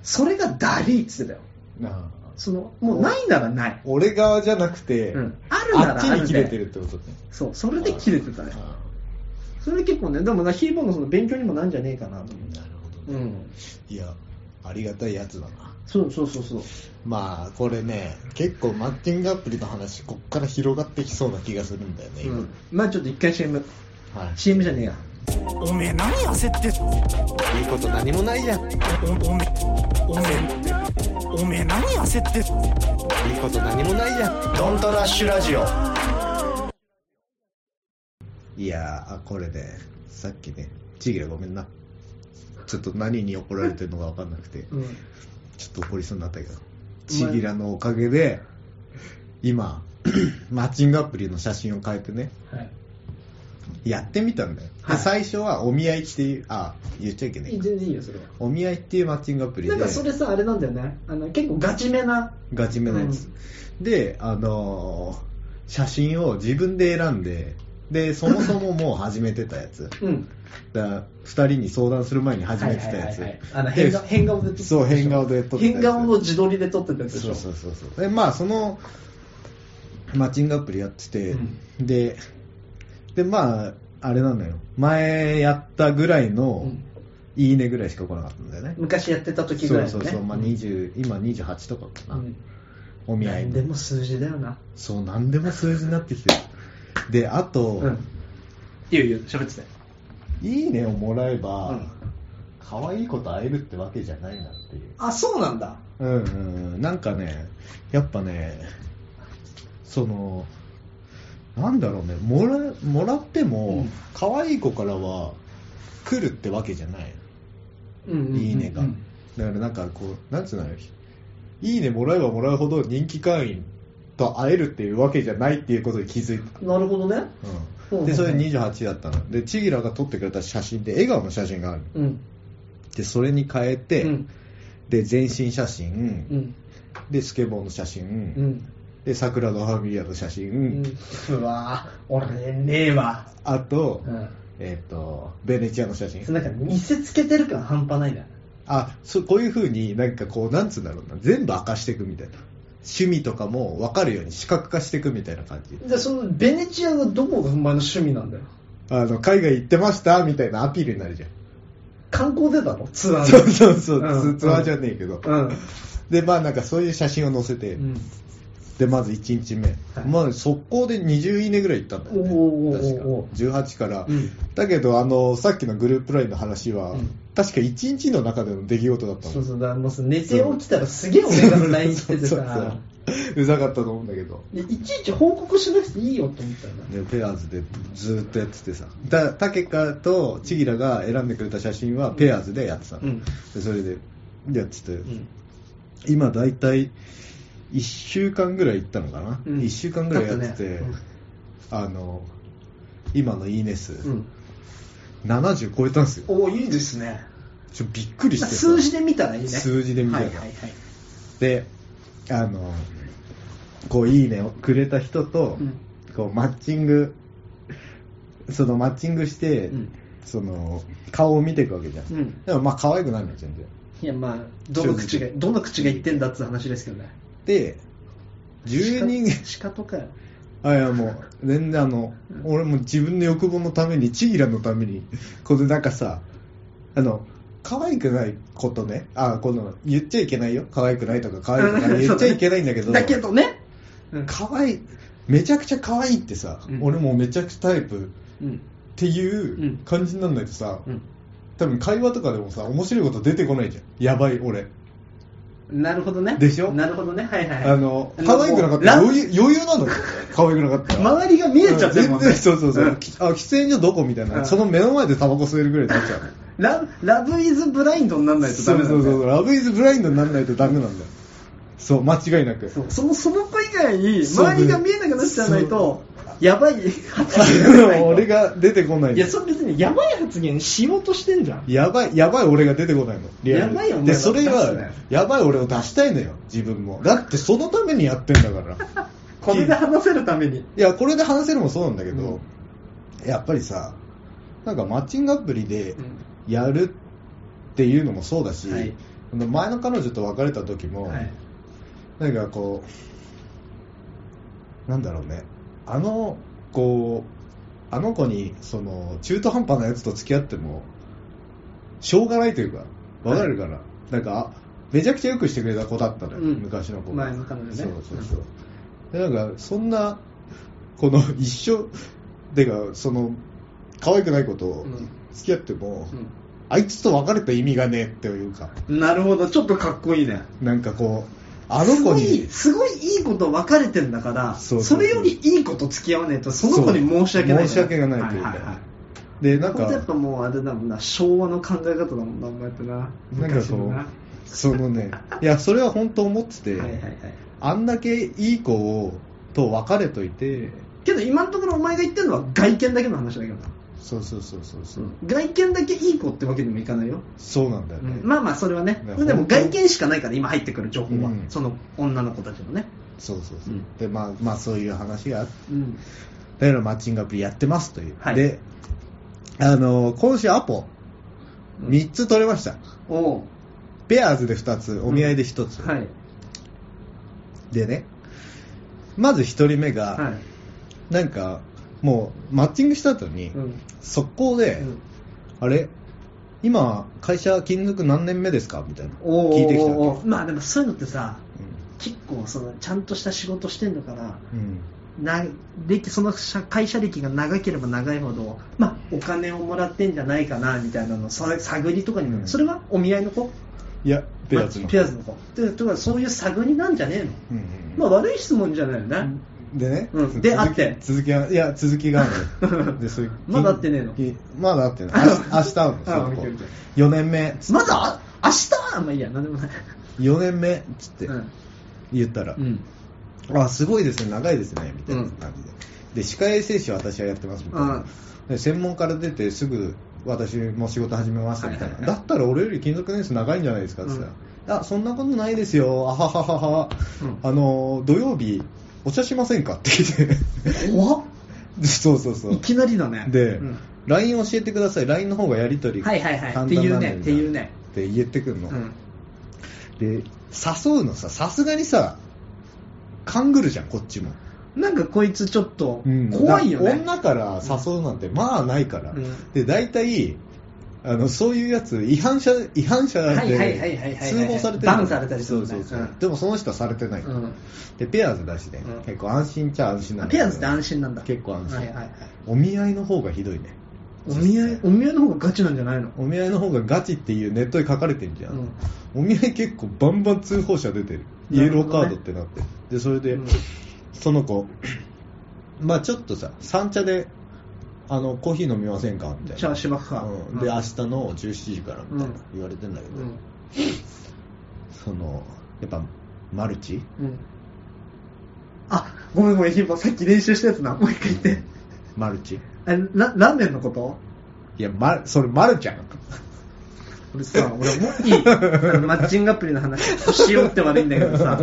Speaker 1: それがダリーっつってたよ
Speaker 2: な
Speaker 1: そのもうないならない、
Speaker 2: 俺側じゃなくて、
Speaker 1: うん、あるな
Speaker 2: あ
Speaker 1: ら
Speaker 2: っち
Speaker 1: あ
Speaker 2: に
Speaker 1: る
Speaker 2: 切
Speaker 1: で
Speaker 2: れてるってことね。
Speaker 1: そうそれで切れてたね
Speaker 2: あ
Speaker 1: それ結構ねでもなヒーボーのその勉強にもなんじゃねえかなと思っ
Speaker 2: ー
Speaker 1: て
Speaker 2: なるほど
Speaker 1: う
Speaker 2: ね。
Speaker 1: ん
Speaker 2: いや、ありがたいやつだな。
Speaker 1: そうそうそうそう
Speaker 2: まあ、これね、結構マッチングアプリの話、こっから広がってきそうな気がするんだよね、
Speaker 1: う
Speaker 2: 今。
Speaker 1: んまあちょっと一回 CMCM
Speaker 2: はい。
Speaker 1: じゃねえや
Speaker 3: おめえ何焦って
Speaker 4: いいこと何もないじゃん。いい
Speaker 3: おおめおめおめえ何焦って
Speaker 4: こと何もないじゃん。
Speaker 5: ドントラッシュラジオ
Speaker 2: いやー、あこれね、さっきね、ちぎらごめんな。ちょっと何に怒られてるのか分かんなくて、
Speaker 1: うん
Speaker 2: ちょっと怒りそうになったけど、ちぎらのおかげで、今、 マッチングアプリの写真を変えてね、
Speaker 1: はい
Speaker 2: やってみたんだよ。
Speaker 1: はい
Speaker 2: で最初はお見合いっていう、あ、言っちゃいけない
Speaker 1: 全
Speaker 2: か。
Speaker 1: 然いいよそれは
Speaker 2: お見合いっていうマッチングアプリ
Speaker 1: な
Speaker 2: で
Speaker 1: んか、それさあれなんだよねあの結構ガチめな
Speaker 2: ガチめのやつ。で、あのー写真を自分で選んで、で、そもそももう始めてたやつ。
Speaker 1: うん
Speaker 2: だから2人に相談する前に始めてたやつ
Speaker 1: はいはいはいはいあの変顔
Speaker 2: で
Speaker 1: 変顔で撮ってた
Speaker 2: そう変顔で撮ってたやつ
Speaker 1: 変顔を自撮りで撮ってたやつでし
Speaker 2: そ
Speaker 1: ょ
Speaker 2: うそうそうそうでまあそのマッチングアプリやってて、ででまああれなのよ前やったぐらいの
Speaker 1: うん
Speaker 2: 「いいね」ぐらいしか来なかったんだよね、
Speaker 1: 昔やってた時ぐ
Speaker 2: そ
Speaker 1: ら
Speaker 2: う
Speaker 1: いの
Speaker 2: そう
Speaker 1: ね
Speaker 2: そう、まあ、20今28とかかな、
Speaker 1: うん
Speaker 2: お見合い
Speaker 1: 何
Speaker 2: の
Speaker 1: でも数字だよな
Speaker 2: そう何でも数字になってきてるであと、
Speaker 1: うんいいよいいよ喋ってたよ
Speaker 2: いいね」をもらえ
Speaker 1: う
Speaker 2: ば
Speaker 1: ん
Speaker 2: 可愛、いいこと会えるってわけじゃないなっていう
Speaker 1: あそうなんだ
Speaker 2: うんうん、なんかね、やっぱね、その、なんだろうね、もらもらっても、
Speaker 1: うん
Speaker 2: 可愛い子からは来るってわけじゃない。
Speaker 1: うん
Speaker 2: いいねが。だからなんかこう、なんつうのよ、いいねもらえばもらうほど人気会員と会えるっていうわけじゃないっていうことに気づいた。
Speaker 1: なるほどね。
Speaker 2: うん、
Speaker 1: う
Speaker 2: で、
Speaker 1: ん
Speaker 2: それ28だったの。で、ちぎらが撮ってくれた写真で、笑顔の写真がある。
Speaker 1: うん。
Speaker 2: で、それに変えて、
Speaker 1: うん
Speaker 2: で、全身写真、
Speaker 1: うん。
Speaker 2: で、スケボーの写真、
Speaker 1: うん。
Speaker 2: で、桜のファミリアの写真、
Speaker 1: うわぁ、俺ねえわ。
Speaker 2: あと、
Speaker 1: うん。
Speaker 2: えっ、と、ベネチアの写真。
Speaker 1: なんか見せつけてる感半端ないな。
Speaker 2: あそうこういうふうになんかこうなんつうんだろうな全部明かしていくみたいな趣味とかも分かるように視覚化していくみたいな感じ
Speaker 1: で、そのベネチアのどこがお前の趣味なんだよ。
Speaker 2: あの海外行ってましたみたいなアピールになるじゃん
Speaker 1: 観光でだろ、ツアー
Speaker 2: そうそうそう、
Speaker 1: うん
Speaker 2: ツツアーじゃねえけど、
Speaker 1: うん。
Speaker 2: でまあなんかそういう写真を載せて、
Speaker 1: うん。
Speaker 2: でまず1日目、
Speaker 1: はい
Speaker 2: まあ速攻で20いいねぐらい行ったんだよね
Speaker 1: おーおー
Speaker 2: 確か
Speaker 1: おーお
Speaker 2: 18から、
Speaker 1: うん
Speaker 2: だけどあのさっきのグループラインの話は、
Speaker 1: うん
Speaker 2: 確か1日の中での出来事だったの
Speaker 1: そうそう、だからもうさ寝て起きたらすげえ俺が LINE してて
Speaker 2: そう
Speaker 1: さ、
Speaker 2: うざかったと思うんだけど
Speaker 1: でいちいち報告しなくていいよと思ったんだ。
Speaker 2: でペアーズでずーっとやっててさだタケカとチギラが選んでくれた写真はペアーズでやってたの、
Speaker 1: うん
Speaker 2: でそれでやってて、
Speaker 1: ん
Speaker 2: 今大体1週間ぐらい行ったのかな、
Speaker 1: うん
Speaker 2: 1週間ぐらいやってて、
Speaker 1: 経ったね
Speaker 2: あの今のいいね数、
Speaker 1: うん。
Speaker 2: 70超えたんですよ
Speaker 1: おお、いいですね。
Speaker 2: ちょびっくりして
Speaker 1: まあ
Speaker 2: さ
Speaker 1: 数字で見たらいいね。
Speaker 2: 数字で見たら
Speaker 1: はいはいはい。
Speaker 2: であのこういいねをくれた人と、
Speaker 1: うん
Speaker 2: こうマッチングそのマッチングして、
Speaker 1: うん
Speaker 2: その顔を見ていくわけじゃん、
Speaker 1: うん
Speaker 2: でもまあ可愛くないのよ全然
Speaker 1: いやまあ、どの口が、どの口が言ってんだって話ですけどね。
Speaker 2: で10人
Speaker 1: 鹿鹿とかよ。
Speaker 2: あいやもう全然あの俺も自分の欲望のためにチギラのためにこれなんかさあの可愛くないことねあこの言っちゃいけないよ可愛くないとか可愛くない言っちゃいけないんだけ ど
Speaker 1: だけどね。うん。
Speaker 2: 可愛いめちゃくちゃ可愛いってさ、
Speaker 1: うん
Speaker 2: 俺もめちゃくちゃタイプっ
Speaker 1: うん。
Speaker 2: ていう感じになんないとさ、
Speaker 1: うん
Speaker 2: 多分会話とかでもさ面白いこと出てこないじゃんやばい俺、
Speaker 1: なるほどね。
Speaker 2: でしょ
Speaker 1: なるほどね。はいはい。
Speaker 2: あの可愛くなかったら
Speaker 1: もう
Speaker 2: 余裕余裕なの よ可愛くなかったら
Speaker 1: 周りが見えちゃってるもんね。
Speaker 2: 全然そうそうそう、
Speaker 1: ん
Speaker 2: きあ喫煙所どこみたいな、
Speaker 1: うん
Speaker 2: その目の前でタバコ吸えるぐらいになっちゃう
Speaker 1: ララブイズブラインドにならないと
Speaker 2: そう
Speaker 1: ダメな
Speaker 2: そ
Speaker 1: ん
Speaker 2: う
Speaker 1: だ
Speaker 2: そう
Speaker 1: よ
Speaker 2: ラブイズブラインドにならないとダメなんだよそう間違いなく
Speaker 1: そうそのその子以外に周りが見えなくなっちゃわないとやばい発言がないと
Speaker 2: 俺が出てこない
Speaker 1: いやそれ別にやばい発言しようとしてんじゃん
Speaker 2: やばい、やばい俺が出てこないの。リアルに
Speaker 1: やばいお前
Speaker 2: で、
Speaker 1: は
Speaker 2: それ
Speaker 1: 出すなよ
Speaker 2: は、やばい俺を出したいのよ、自分も。だってそのためにやってんだから。
Speaker 1: これで話せるために
Speaker 2: いや、これで話せるもそうなんだけど、やっぱりさ、なんかマッチングアプリでやるっていうのもそうだし、
Speaker 1: はい
Speaker 2: あの前の彼女と別れた時も、
Speaker 1: はい
Speaker 2: なんかこう、なんだろうね、あの、こう、あの子に、その、中途半端なやつと付き合っても、しょうがないというか、わかるから、なんか、あめちゃくちゃよくしてくれた子だったのよ、
Speaker 1: うん
Speaker 2: 昔の子
Speaker 1: 前の彼女ね
Speaker 2: そうそうそう。で、なんか、そんな、この、一生、てか、その、可愛くない子と
Speaker 1: うん
Speaker 2: 付き合っても、あいつと別れた意味がねえっていうか、
Speaker 1: うんなるほどちょっとかっこいいね
Speaker 2: なんかこう、あの子に、
Speaker 1: すごいすごいいいこと分かれてんだから
Speaker 2: そそ
Speaker 1: そう
Speaker 2: うそう
Speaker 1: れよりいいこと付き合わねえとその子に申し訳な
Speaker 2: そう
Speaker 1: い
Speaker 2: 申し訳がないというか
Speaker 1: はいはいはい
Speaker 2: で、なん
Speaker 1: これや
Speaker 2: か
Speaker 1: っ、ぱもうあれだもんな昭和の考え方だもんなお前ってな
Speaker 2: なんか
Speaker 1: 昔
Speaker 2: こ
Speaker 1: のな
Speaker 2: う、そのね、いや、それは本当思ってて、
Speaker 1: はいはいはい
Speaker 2: あんだけいい子をと別れといて、
Speaker 1: けど今のところお前が言ってるのは外見だけの話だけどな
Speaker 2: そうそうそうそうそう、
Speaker 1: 外見だけいい子ってわけにもいかないよ、
Speaker 2: そうなんだよね、
Speaker 1: まあまあそれはね
Speaker 2: ね
Speaker 1: でも外見しかないから今入ってくる情報は、
Speaker 2: うん
Speaker 1: その女の子たちのね
Speaker 2: そうそうそう、
Speaker 1: うん
Speaker 2: で、まあ、まあ、そういう話があって、
Speaker 1: うん
Speaker 2: だからマッチングアプリやってますという、
Speaker 1: はい
Speaker 2: で、あの今週アポ、
Speaker 1: うん
Speaker 2: 3つ取れました、
Speaker 1: おう
Speaker 2: ペアーズで2つ、お見合いで1つ、
Speaker 1: はい
Speaker 2: でね、まず1人目が、
Speaker 1: はい
Speaker 2: なんか、もうマッチングした後に、
Speaker 1: うん
Speaker 2: 速攻で、
Speaker 1: うん
Speaker 2: あれ今、会社勤続何年目ですかみたいな。
Speaker 1: おう
Speaker 2: 聞いてきた
Speaker 1: おう
Speaker 2: わ
Speaker 1: おうまあでもそういうのってさ
Speaker 2: け。
Speaker 1: 結構そのちゃんとした仕事してんだから
Speaker 2: うん。
Speaker 1: な歴その社会社歴が長ければ長いほど、まあ、お金をもらってんじゃないかなみたいなのさ探りとかにも、
Speaker 2: うん
Speaker 1: それはお見合いの子
Speaker 2: いや、ペアーズ
Speaker 1: ま
Speaker 2: の。
Speaker 1: あペアーズの子ってとかそういう探りなんじゃねえの
Speaker 2: うんうんうん
Speaker 1: まあ悪い質問じゃないよね。
Speaker 2: でね、
Speaker 1: うんで
Speaker 2: 続き
Speaker 1: 会って
Speaker 2: 続きがいや続きがある のでそれ
Speaker 1: まだ会ってねえの
Speaker 2: いまだ会って ないあ明日会うのそ
Speaker 1: あオ
Speaker 2: の
Speaker 1: ッケー
Speaker 2: 子
Speaker 1: オッケー
Speaker 2: 4年目つ
Speaker 1: まだ明日まあいいや、なんでもない。
Speaker 2: 4年目っつって
Speaker 1: うん
Speaker 2: 言ったら、
Speaker 1: うん。
Speaker 2: あすごいですね長いですねみたいな
Speaker 1: うん
Speaker 2: 感じで、で歯科衛生士は私はやってますみたいな、
Speaker 1: うん
Speaker 2: で専門から出てすぐ私も仕事始めましたみたいな、
Speaker 1: はいはいはい
Speaker 2: だったら俺より勤続年数長いんじゃないですかって言ったら、あそんなことないですよあはははは、
Speaker 1: うん
Speaker 2: あの土曜日お茶しませんかって聞いて
Speaker 1: 怖っ
Speaker 2: そうそうそう
Speaker 1: いきなりだね。
Speaker 2: で、
Speaker 1: うん
Speaker 2: LINE 教えてください LINE の方がやり取り
Speaker 1: はいはいはい
Speaker 2: 簡単なんだよ
Speaker 1: っていうね
Speaker 2: って言ってくるの、
Speaker 1: うん。
Speaker 2: で誘うのささすがにさ勘ぐるじゃんこっちも
Speaker 1: なんかこいつちょっと
Speaker 2: うん
Speaker 1: 怖いよね。
Speaker 2: だから女から誘うなんてまあないから、
Speaker 1: うん
Speaker 2: で大体あのそういうやつ違反者違反者
Speaker 1: はいはいはいはいはい
Speaker 2: で
Speaker 1: はい
Speaker 2: 通報されてる
Speaker 1: バンされたりする
Speaker 2: そ
Speaker 1: ん
Speaker 2: う
Speaker 1: だ
Speaker 2: そうそう、
Speaker 1: うん
Speaker 2: でもその人はされてない、
Speaker 1: うん
Speaker 2: でペアーズだしね、
Speaker 1: うん
Speaker 2: 結構安心っちゃ安心なんだけ
Speaker 1: ペ
Speaker 2: ど
Speaker 1: アンスって安心なんだ。
Speaker 2: 結構安心、
Speaker 1: はいはいはい。
Speaker 2: お見合いの方がひどいね
Speaker 1: お見合い、お見合いの方がガチなんじゃないの
Speaker 2: お見合いの方がガチっていうネットに書かれてんじゃん、
Speaker 1: うん
Speaker 2: お見合い結構バンバン通報者出てるイ
Speaker 1: な
Speaker 2: エ
Speaker 1: る
Speaker 2: ロ
Speaker 1: ほど
Speaker 2: ー
Speaker 1: ね
Speaker 2: カードってなってでそれで、
Speaker 1: うん
Speaker 2: その子 まあちょっとさ三茶であのコーヒー飲みませんかみたいな
Speaker 1: じゃあしばくか。
Speaker 2: うん、で明日の17時からみたいな
Speaker 1: うん
Speaker 2: 言われてんだけど、
Speaker 1: うん。
Speaker 2: そのやっぱマルチ
Speaker 1: うん。あ、ごめんごめん、ヒンポ、さっき練習したやつな。もう一回言って。
Speaker 2: マルチ
Speaker 1: あれララーメンのこと
Speaker 2: いや、ま、それマルちゃん
Speaker 1: 俺さ、俺もういい。あのマッチングアプリの話しようって悪いんだけどさ、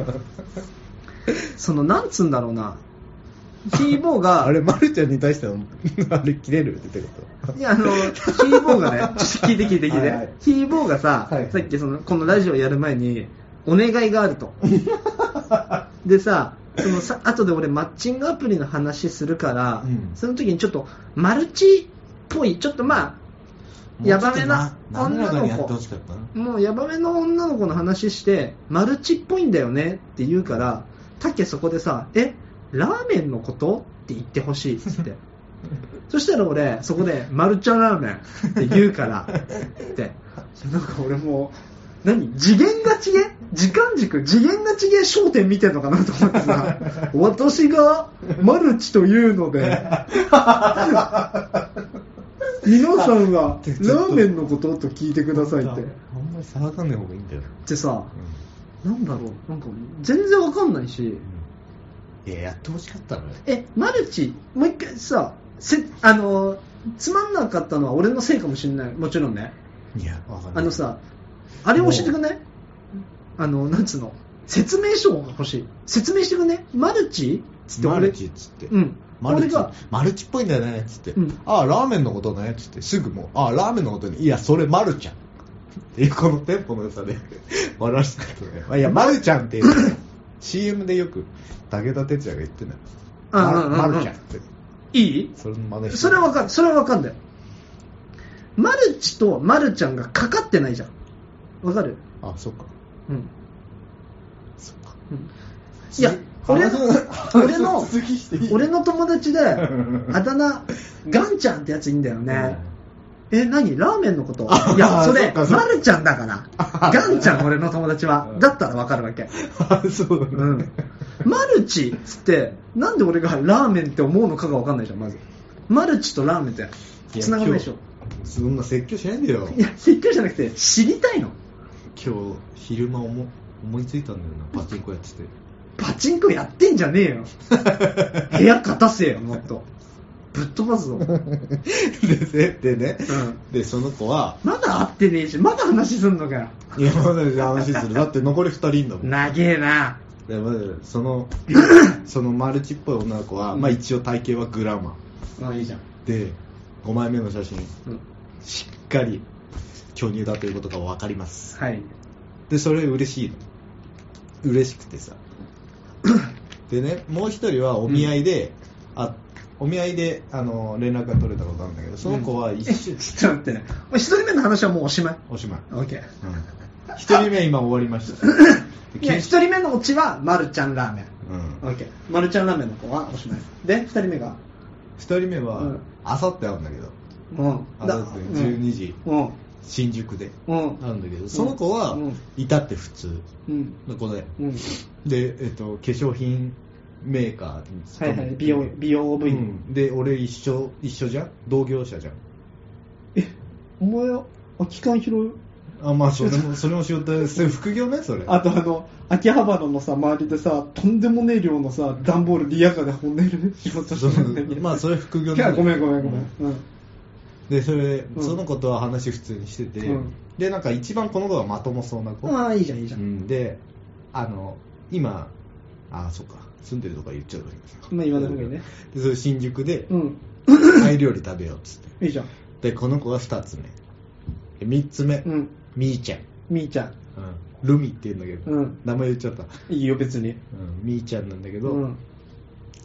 Speaker 1: その、なんつうんだろうな。キーボーが、
Speaker 2: あれマルちゃんに対しての あれ切れるってこ
Speaker 1: いや、あの、キーボーがね、ちょっと聞いて聞いて聞いて。
Speaker 2: はいはい
Speaker 1: キーボーがさ、
Speaker 2: はいはい
Speaker 1: さっきその、このラジオやる前に、お願いがある と。でさ、そのさ、後で俺マッチングアプリの話するから、
Speaker 2: うん
Speaker 1: その時にちょっと、マルチっぽい、ちょっとまあ、
Speaker 2: と
Speaker 1: やばめな女
Speaker 2: の
Speaker 1: の
Speaker 2: やってほ
Speaker 1: 子
Speaker 2: し。かったな
Speaker 1: もうヤバめの女の子の話して、マルチっぽいんだよねって言うから、たけそこでさ、え、ラーメンのことって言ってほしいっつ って。そしたら俺、そこで、マルチャラーメンって言うから、って。なんか俺もう、何次元が違え時間軸次元が違え焦点見てんのかなと思ってさ、私がマルチというの で、皆さん はラーメンのことと聞いてくださいって。
Speaker 2: あんまり騒がない方がいいんだよ、
Speaker 1: ってさ、
Speaker 2: う
Speaker 1: なんだろう、なんか全然わかんないし、
Speaker 2: ん、いややってほしかったのよ
Speaker 1: え、マルチ、もう一回さ、せあのーつまんなかったのは俺のせいかもしれない、もちろんね。
Speaker 2: いやわかんな
Speaker 1: あ
Speaker 2: い
Speaker 1: のさ、あれ教えてくんないあの、なんつうの、説明書が欲しい。説明してくんねマルチつって
Speaker 2: マ
Speaker 1: 俺、
Speaker 2: ルチっつって、
Speaker 1: うん。
Speaker 2: マル
Speaker 1: 俺
Speaker 2: チ
Speaker 1: が、
Speaker 2: マルチっぽいんだよねっつって、
Speaker 1: うん
Speaker 2: ああラーメンのことねっつってすぐもうああラーメンのことねいやそれマルちゃんっていうこのテンポの良さで 笑わせたけどねあいやマルちゃんっていう CM でよく武田鉄矢が言ってんだよ
Speaker 1: うんうんうんうん
Speaker 2: マルマルちゃんって
Speaker 1: いい
Speaker 2: それの真似して
Speaker 1: それはわかん、それはわかんだよ。マルチとマルちゃんがかかってないじゃん。わかる
Speaker 2: あそっか
Speaker 1: うん。
Speaker 2: そっか
Speaker 1: うんいや、俺の、 俺の、
Speaker 2: 続きしていい
Speaker 1: 俺の友達 で、
Speaker 2: ん
Speaker 1: あだ名、ガンちゃんってやついいんだよね。え、何ラーメンのこといや、そ
Speaker 2: そ
Speaker 1: れ、
Speaker 2: っかそっ
Speaker 1: マルちゃんだ から。ガンちゃん、俺の友達は。だったらわかるわけ。
Speaker 2: あ そうだね、
Speaker 1: うん。マルチっつって、なんで俺がラーメンって思うのかがわかんないじゃん、まず。マルチとラーメンって、繋がんないでしょ。
Speaker 2: そんな説教しないんだよ
Speaker 1: いや、説教じゃなくて、知りたいの。
Speaker 2: 今日昼間思思いついたんだよなパチンコやってて
Speaker 1: パチンコやってんじゃね えよ。部屋勝たせよ、もっと。ぶっ飛 ばすぞ。
Speaker 2: でででね、
Speaker 1: うん
Speaker 2: でその子は
Speaker 1: まだ会ってねえし、まだ話すんのかよ。
Speaker 2: いやまだ話するだって残り2人いんだもん
Speaker 1: 長えな。
Speaker 2: でまだそ のそのマルチっぽい女の子は、まあ、一応体型はグラマ
Speaker 1: あ、いいじゃん。
Speaker 2: ーで5枚目の写真
Speaker 1: うん、
Speaker 2: しっかり巨乳だということが分かります
Speaker 1: はい。
Speaker 2: でそれ嬉しいの嬉しくて さでねもう一人はお見合いで、あお見合いであの連絡が取れたことあるんだけどその子は一 瞬、
Speaker 1: ちょっと待ってね。一人目の話はもうおしまい。
Speaker 2: おしまい
Speaker 1: オッケ
Speaker 2: う
Speaker 1: ー。
Speaker 2: ん一人目今終わりました。
Speaker 1: いや、
Speaker 2: で
Speaker 1: 一人目のオチは、まるちゃんラーメン。
Speaker 2: うん
Speaker 1: オッケー。まるちゃんラーメンの子はおしまい。で、二人目が。
Speaker 2: 二人目
Speaker 1: う
Speaker 2: は
Speaker 1: ん、
Speaker 2: あさって会うんだけど、
Speaker 1: うん。
Speaker 2: あさって12時、
Speaker 1: うん。
Speaker 2: 新宿で
Speaker 1: うん。
Speaker 2: 会うんだけど、その子は
Speaker 1: うん、
Speaker 2: 至って普通
Speaker 1: うん。
Speaker 2: の子で、
Speaker 1: うん。
Speaker 2: で、えっと、化粧品メーカーに勤
Speaker 1: は
Speaker 2: め
Speaker 1: い
Speaker 2: て
Speaker 1: はい、美容、美容部
Speaker 2: う
Speaker 1: 員。
Speaker 2: ん、で俺一緒一緒じゃん同業者じゃん
Speaker 1: お前は、空き缶拾う
Speaker 2: あまあそれもそれも仕事でそれ副業ねそれ
Speaker 1: あとあの、秋葉原のさ、周りでさ、とんでもねえ量のさ、段ボールリアカーでほんでる 仕事
Speaker 2: そ
Speaker 1: してる
Speaker 2: うん
Speaker 1: だけど。
Speaker 2: まあそれ副業
Speaker 1: いや、ごめんごめ
Speaker 2: うん
Speaker 1: ごめん。うん。
Speaker 2: でそれで、
Speaker 1: うん
Speaker 2: その子とは話普通にしてて、
Speaker 1: うん
Speaker 2: でなんか一番この子がまともそうな子、
Speaker 1: ああ、いいじゃん、いいじゃ。
Speaker 2: うんんであの今あそっか住んでるとか言っちゃうといけ
Speaker 1: まあ、言わない方がいいね。
Speaker 2: でそれ新宿 で
Speaker 1: うん。
Speaker 2: タイ料理食べようっつっ
Speaker 1: いいじゃん。
Speaker 2: てでこの子が2つ目で3つ目、
Speaker 1: うん。
Speaker 2: みーちゃん、
Speaker 1: みーちゃん。
Speaker 2: うん、ルミって言うんだけど、
Speaker 1: うん
Speaker 2: 名前言っちゃった、
Speaker 1: いいよ、別に。
Speaker 2: うん、みーちゃんなんだけ
Speaker 1: う
Speaker 2: ど、
Speaker 1: ん。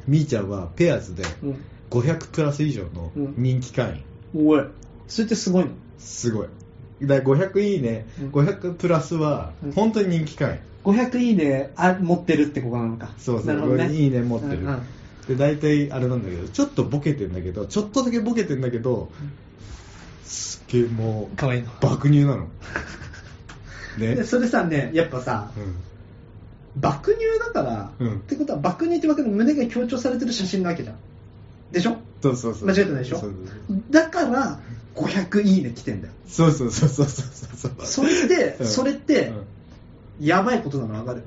Speaker 2: みーちゃんはペアーズで
Speaker 1: うん。
Speaker 2: 500クラス以上の人気会員、
Speaker 1: おい。それってすごいの
Speaker 2: すごいだから500いいね、
Speaker 1: うん
Speaker 2: 500プラスは
Speaker 1: うん
Speaker 2: 本当に人気会員、
Speaker 1: 500いいねあ持ってるって子なのか
Speaker 2: そうそ
Speaker 1: な
Speaker 2: う、
Speaker 1: るほどね
Speaker 2: いいね持ってる、
Speaker 1: うんうん
Speaker 2: で大体あれなんだけどちょっとボケてんだけどちょっとだけボケてんだけどすっげえもう
Speaker 1: かわいいの
Speaker 2: 爆乳 なの
Speaker 1: で
Speaker 2: ね
Speaker 1: それさねやっぱさ爆乳だから、
Speaker 2: うん
Speaker 1: ってことは爆乳ってわけで胸が強調されてる写真なわけじゃんでしょ
Speaker 2: そうそうそう
Speaker 1: 間違えてないでしょ
Speaker 2: そう
Speaker 1: だから500いいね来てんだよ
Speaker 2: そうそうそうそうそうそうそう
Speaker 1: それって、
Speaker 2: うん
Speaker 1: それって、
Speaker 2: うん
Speaker 1: やばいことなのわかる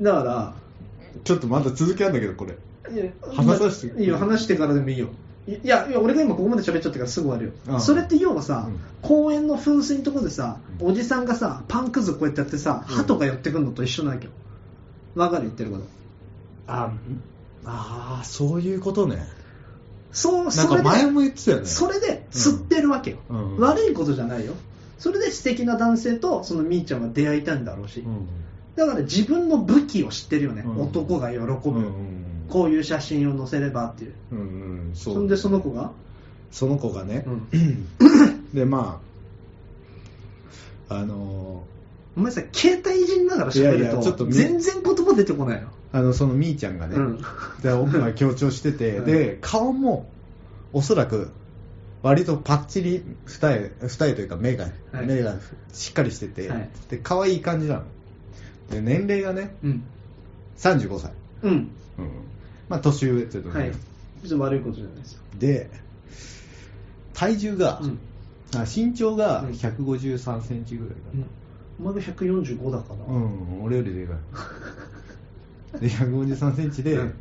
Speaker 1: だか
Speaker 2: ちょっとまだ続きあるんだけどこれ
Speaker 1: らいや
Speaker 2: 話させて
Speaker 1: いいよ話してからでもいいよいいやいや俺が今ここまで喋っちゃったからすぐ終わるよ、
Speaker 2: うん
Speaker 1: それって要はさ、
Speaker 2: うん
Speaker 1: 公園の噴水のとこでさ
Speaker 2: うん
Speaker 1: おじさんがさパンくずこうやってやってさ鳩が寄ってくるのと一緒なわけよわかる言ってること
Speaker 2: ああーそういうことね
Speaker 1: そう
Speaker 2: なん
Speaker 1: そ
Speaker 2: か
Speaker 1: れで
Speaker 2: 前も言ってたよね
Speaker 1: それで吸ってるわけよ、
Speaker 2: うん
Speaker 1: 悪いことじゃないよそれで素敵な男性とそのみーちゃんは出会いたいんだろうし、
Speaker 2: うん
Speaker 1: だから自分の武器を知ってるよね、
Speaker 2: うん
Speaker 1: 男が喜ぶ、
Speaker 2: うん
Speaker 1: こういう写真を載せればっていう
Speaker 2: うんうんうんそ
Speaker 1: そ
Speaker 2: うん
Speaker 1: でその子が、
Speaker 2: その子がね
Speaker 1: う、ん、
Speaker 2: でまああの
Speaker 1: お前さ携帯いじりながら喋ると
Speaker 2: いやいやちょっとみ
Speaker 1: 全然言葉出てこないの、
Speaker 2: ーあのそのみーちゃんがね、
Speaker 1: うん
Speaker 2: で僕が強調してて、
Speaker 1: うん
Speaker 2: で顔もおそらく割とパッチリ二重二重というか目が、
Speaker 1: はい
Speaker 2: 目がしっかりしてて、
Speaker 1: はい
Speaker 2: で可愛い感じなので年齢がね
Speaker 1: うん
Speaker 2: 35歳、
Speaker 1: うん
Speaker 2: うんまあ年上っていうところ
Speaker 1: は
Speaker 2: で、
Speaker 1: い別に悪いことじゃないですよ、
Speaker 2: で体重が、
Speaker 1: うん
Speaker 2: あ身長が
Speaker 1: うん
Speaker 2: 1 5 3センチぐらいかな、
Speaker 1: お前が145だから、
Speaker 2: うん、俺よりでか い。で、153センチで、
Speaker 1: うん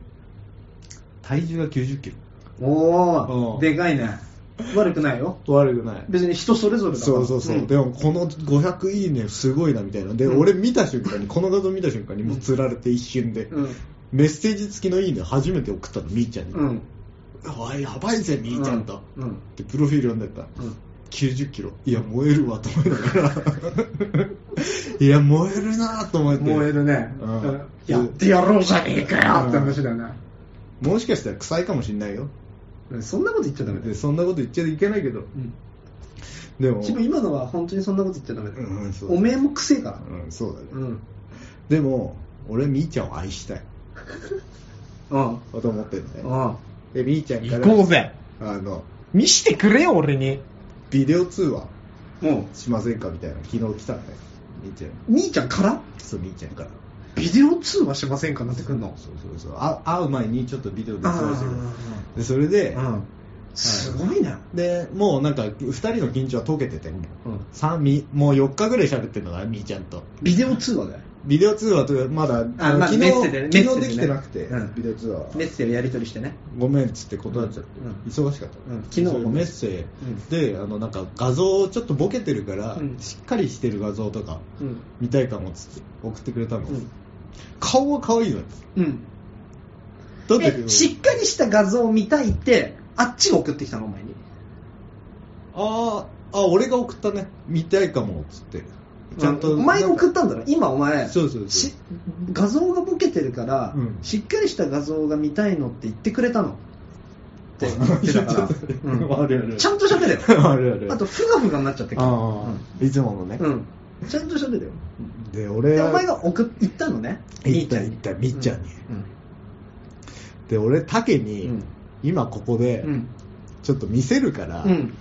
Speaker 2: 体重が90キ
Speaker 1: お
Speaker 2: う
Speaker 1: お
Speaker 2: ん
Speaker 1: でかいね悪くないよ
Speaker 2: ロ。悪くない。
Speaker 1: 別に人それぞれだから
Speaker 2: そうそうそう、
Speaker 1: ん
Speaker 2: でもこの500いいねすごいなみたいなで、
Speaker 1: うん
Speaker 2: 俺見た瞬間にこの画像見た瞬間にもう釣られて一瞬で、
Speaker 1: うん
Speaker 2: メッセージ付きのいいね初めて送ったのみーちゃんに、
Speaker 1: うん
Speaker 2: おいやばいぜみーちゃんと、
Speaker 1: うん
Speaker 2: でプロフィール読んでったら、
Speaker 1: うん
Speaker 2: 90キロいや燃えるわと思いながら いや燃えるなと思って
Speaker 1: 燃えるね、
Speaker 2: うん
Speaker 1: うんやってやろうじゃねえかよって話だよね、
Speaker 2: もしかしたら臭いかもしんないよ
Speaker 1: そんなこと言っちゃダメだ
Speaker 2: で
Speaker 1: よ、
Speaker 2: そんなこと言っちゃいけないけど
Speaker 1: うん、
Speaker 2: でも
Speaker 1: 自分今のは本当にそんなこと言っちゃダメだよ、
Speaker 2: うんそう
Speaker 1: おめえもくせえから
Speaker 2: うんそうだね、
Speaker 1: うん
Speaker 2: でも俺みーちゃんを愛したい
Speaker 1: うん
Speaker 2: と思ってるね
Speaker 1: うん
Speaker 2: でみーちゃんから
Speaker 1: ぜ
Speaker 2: あの
Speaker 1: 見してくれよ俺に
Speaker 2: ビデオ通話
Speaker 1: うん
Speaker 2: しませんかみたいな昨日来たんだよみーちゃん
Speaker 1: 兄ちゃんから
Speaker 2: そうみーちゃんから
Speaker 1: ビデオ通話しませんかなってくんの
Speaker 2: そうそうそうあ会う前にちょっとビデオで通
Speaker 1: あ
Speaker 2: 話してくれでそれ
Speaker 1: ー
Speaker 2: で、
Speaker 1: うんすごいね
Speaker 2: でもうなんか2人の緊張は解けてて、
Speaker 1: うん
Speaker 2: 三みもう4日ぐらい喋ってるのかなみーちゃんと
Speaker 1: ビデオ通話だよ
Speaker 2: ビデオ通話というまだ
Speaker 1: あ
Speaker 2: の
Speaker 1: まあ
Speaker 2: 昨
Speaker 1: メッセ
Speaker 2: 日
Speaker 1: でね
Speaker 2: 昨日
Speaker 1: メッセでね
Speaker 2: できてなくて、
Speaker 1: うん
Speaker 2: ビデオ通話は
Speaker 1: メッセージやり取りしてね
Speaker 2: ごめんっつって断っちゃって、
Speaker 1: うん
Speaker 2: 忙しかった、
Speaker 1: うん昨日も
Speaker 2: そうメッセで、あのなんか画像をちょっとボケてるから、
Speaker 1: うん
Speaker 2: しっかりしてる画像とか
Speaker 1: うん
Speaker 2: 見たいかもっつって送ってくれたの、
Speaker 1: うん
Speaker 2: 顔は可愛いのよ
Speaker 1: うん
Speaker 2: だって
Speaker 1: でしっかりした画像を見たいってあっちが送ってきたのお前に
Speaker 2: あーあ俺が送ったね見たいかもっつってちゃんと、
Speaker 1: お前が送っ
Speaker 2: った
Speaker 1: んだろ今お前
Speaker 2: そうそうそう
Speaker 1: し画像がボケてるから、
Speaker 2: うん
Speaker 1: しっかりした画像が見たいのって言ってくれたのって
Speaker 2: て
Speaker 1: 言ってた から
Speaker 2: あるある
Speaker 1: ちゃんと喋れよ
Speaker 2: あるある
Speaker 1: あとふがふがになっちゃってる
Speaker 2: あーいつものね、
Speaker 1: うんちゃんと喋れよ
Speaker 2: で俺
Speaker 1: で
Speaker 2: は
Speaker 1: お前が送っ行ったのね
Speaker 2: 行
Speaker 1: み
Speaker 2: っ
Speaker 1: ーち
Speaker 2: た
Speaker 1: ゃん
Speaker 2: 行
Speaker 1: に
Speaker 2: ったみーちゃんに、
Speaker 1: うん
Speaker 2: で俺タケに、
Speaker 1: うん
Speaker 2: 今ここで、
Speaker 1: うん
Speaker 2: ちょっと見せるから、
Speaker 1: うん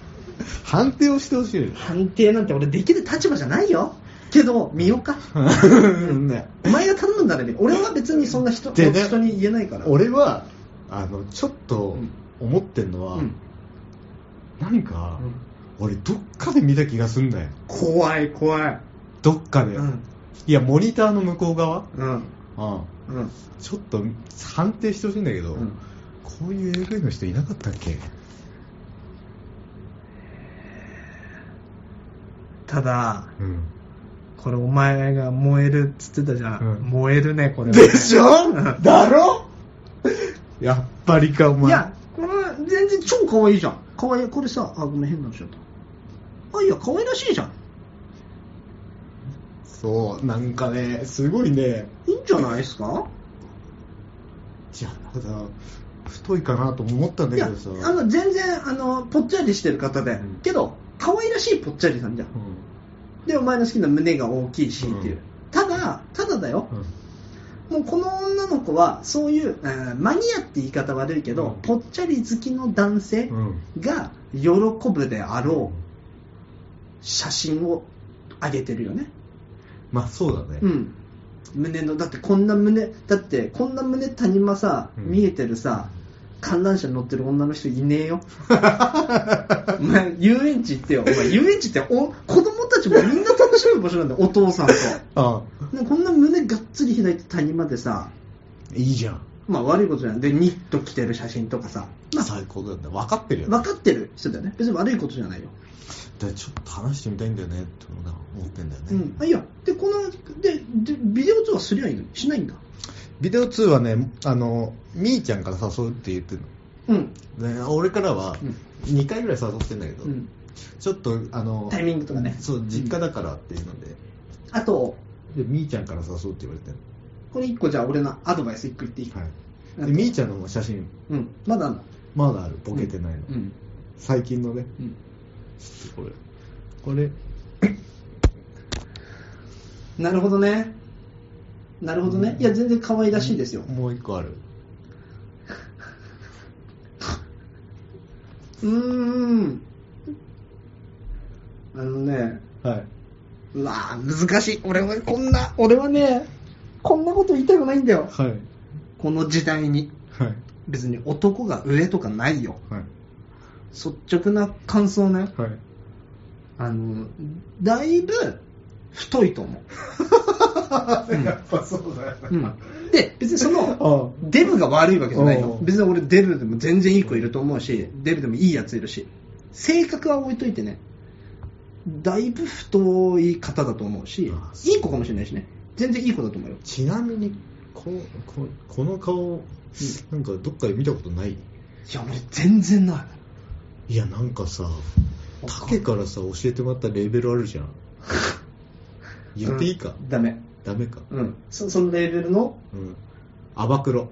Speaker 2: 判定をしてほしい
Speaker 1: 判定なんて俺できる立場じゃないよけど見ようか
Speaker 2: のね
Speaker 1: お前が頼んだんならね、俺は別にそんな人,、
Speaker 2: でね
Speaker 1: 人に言えないから。
Speaker 2: 俺はあのちょっと
Speaker 1: うん
Speaker 2: 思ってんのは、
Speaker 1: うん
Speaker 2: なんか、俺どっかで見た気がすんだよ
Speaker 1: 怖い怖い。
Speaker 2: どっかで、
Speaker 1: うん。
Speaker 2: いやモニターの向こう側、
Speaker 1: うん。
Speaker 2: うん、
Speaker 1: うん。
Speaker 2: ちょっと判定してほしいんだけど、
Speaker 1: うん
Speaker 2: こういう AV の人いなかったっけ
Speaker 1: ただ、
Speaker 2: うん
Speaker 1: これお前が燃えるっつってたじゃん。
Speaker 2: うん
Speaker 1: 燃えるね、これはね、
Speaker 2: でしょだろやっぱりかお前
Speaker 1: いや、これは全然超可愛いじゃん。可愛い。これさ、あ、ごめん、変なのしちゃった。あ、いや、可愛らしいじゃん。
Speaker 2: そうなんかねすごいね
Speaker 1: いいんじゃないですか
Speaker 2: じゃあただ太いかなとも思ったんだ
Speaker 1: い
Speaker 2: け
Speaker 1: や
Speaker 2: どさ、
Speaker 1: あの、全然、あの、ぽっちゃりしてる方で、
Speaker 2: うん
Speaker 1: けど、可愛らしいぽっちゃりさんじゃん
Speaker 2: う。ん
Speaker 1: で、お前の好きな胸が大きいし、っていう。
Speaker 2: うん
Speaker 1: ただ、ただだよ、
Speaker 2: うん
Speaker 1: もうこの女の子は、そういう、えーマニアって言い方悪いけ
Speaker 2: う
Speaker 1: ど、
Speaker 2: ん
Speaker 1: ぽっちゃり好きの男性
Speaker 2: うん
Speaker 1: が喜ぶであろう写真を上げてるよね。
Speaker 2: まあそうだね、
Speaker 1: うん。胸の、だってこんな胸、だってこんな胸谷間さ、
Speaker 2: うん
Speaker 1: 見えてるさ、観覧車に乗ってる女の人いね えよ。お前、遊園地行ってよ。お前、遊園地ってお子供たちもみんな楽しむ場所なんだよ、お父さんと。
Speaker 2: あ
Speaker 1: なんかこんな胸がっつり開いて谷間でさ、
Speaker 2: いいじゃん、
Speaker 1: まあ悪いことじゃない。で、ニット着てる写真とかさ、まあ
Speaker 2: 最高だよね分かってるよね
Speaker 1: 分かってる人だよね。別に悪いことじゃないよ。
Speaker 2: だからちょっと話してみたいんだよねって思ってんだよね、
Speaker 1: うん。あ、いや、で、この、で、でビデオ通話すりゃいいのにしないんだ。
Speaker 2: ビデオ通話ねあのみーちゃんから誘うって言ってる
Speaker 1: うん。
Speaker 2: ので俺からは
Speaker 1: うん
Speaker 2: 2回ぐらい誘ってんだけど、
Speaker 1: うん。
Speaker 2: ちょっとあの
Speaker 1: タイミングとかね
Speaker 2: そう実家だからっていうので,、
Speaker 1: あと、
Speaker 2: でみーちゃんから誘うって言われてる
Speaker 1: これ一個じゃあ俺のアドバイス一個言っていい、
Speaker 2: の、はい、でみーちゃんの写真
Speaker 1: うん、まだあんの
Speaker 2: まだあるボケてないの、
Speaker 1: うん、
Speaker 2: 最近のね
Speaker 1: うん、
Speaker 2: ちょっとこれこれ
Speaker 1: なるほどねなるほどね、いや全然可愛らしいですよ
Speaker 2: もう一個ある
Speaker 1: うーんあのね
Speaker 2: は
Speaker 1: うわー難しい俺はこんな俺はねこんなこと言いたくないんだよ
Speaker 2: いはい
Speaker 1: この時代に
Speaker 2: はい
Speaker 1: 別に男が上とかないよ
Speaker 2: はい
Speaker 1: 率直な感想ね
Speaker 2: はい
Speaker 1: あのだいぶ太いと思
Speaker 2: やっぱそうだよね
Speaker 1: う、うん、で別にその
Speaker 2: あ
Speaker 1: デブが悪いわけじゃないよ
Speaker 2: お。う
Speaker 1: 別に俺デブでも全然いい子いると思うし、デブでもいいやついるし、性格は置いといてね、だいぶ太い方だと思うし
Speaker 2: あ、
Speaker 1: いい子かもしれないしね。全然いい子だと思うよ。
Speaker 2: ちなみにこここの顔なんかどっかで見たことない
Speaker 1: いや、俺全然ない。
Speaker 2: いやなんかさ竹からさ教えてもらったレベルあるじゃん言っていいか、
Speaker 1: うんダメ。
Speaker 2: ダメか
Speaker 1: うん。そそのレベルの、
Speaker 2: うんアバクロ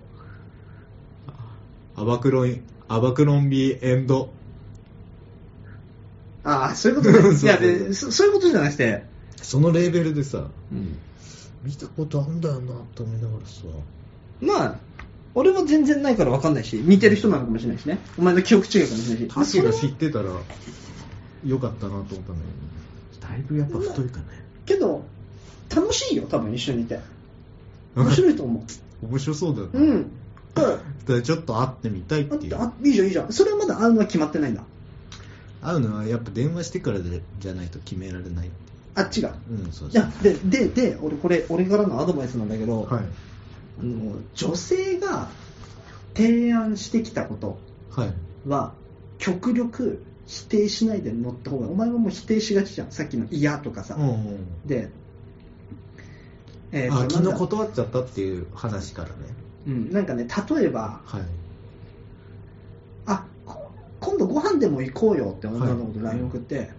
Speaker 2: アバクロンアバクロンビーエンド
Speaker 1: ああ、そういうことね
Speaker 2: そうそう
Speaker 1: いやでそ、そういうことじゃなくて、
Speaker 2: そのレベルでさ
Speaker 1: うん
Speaker 2: 見たことあんだよなと思いながらさ
Speaker 1: まあ、俺は全然ないから分かんないし、似てる人なのかもしれないしね。お前の記憶違いかもしれないし。
Speaker 2: 竹が知ってたらよかったなと思ったんだけどだいぶやっぱ太いかね
Speaker 1: けど楽しいよ多分一緒にいて面白いと思
Speaker 2: 面白そうだよね
Speaker 1: ううんだから
Speaker 2: だからちょっと会ってみたいっ
Speaker 1: あ
Speaker 2: ていう
Speaker 1: あいいじゃんいいじゃんそれはまだ会うのは決まってないんだ
Speaker 2: 会うのはやっぱ電話してからでじゃないと決められないって
Speaker 1: あっちが
Speaker 2: いううんそう
Speaker 1: いやででで俺これ俺からのアドバイスなんだけど、
Speaker 2: はい
Speaker 1: あの女性が提案してきたこと
Speaker 2: はい
Speaker 1: は極力否定しないで乗った方がお前はもう否定しがちじゃんさっきの嫌とかさ、
Speaker 2: うんうん
Speaker 1: でえー
Speaker 2: あ
Speaker 1: とな
Speaker 2: 昨日
Speaker 1: んだ
Speaker 2: 断っちゃったっていう話からね
Speaker 1: うん、なんかね例えば
Speaker 2: はい
Speaker 1: あこ今度ご飯でも行こうよって女の子と
Speaker 2: はい
Speaker 1: LINE 送って、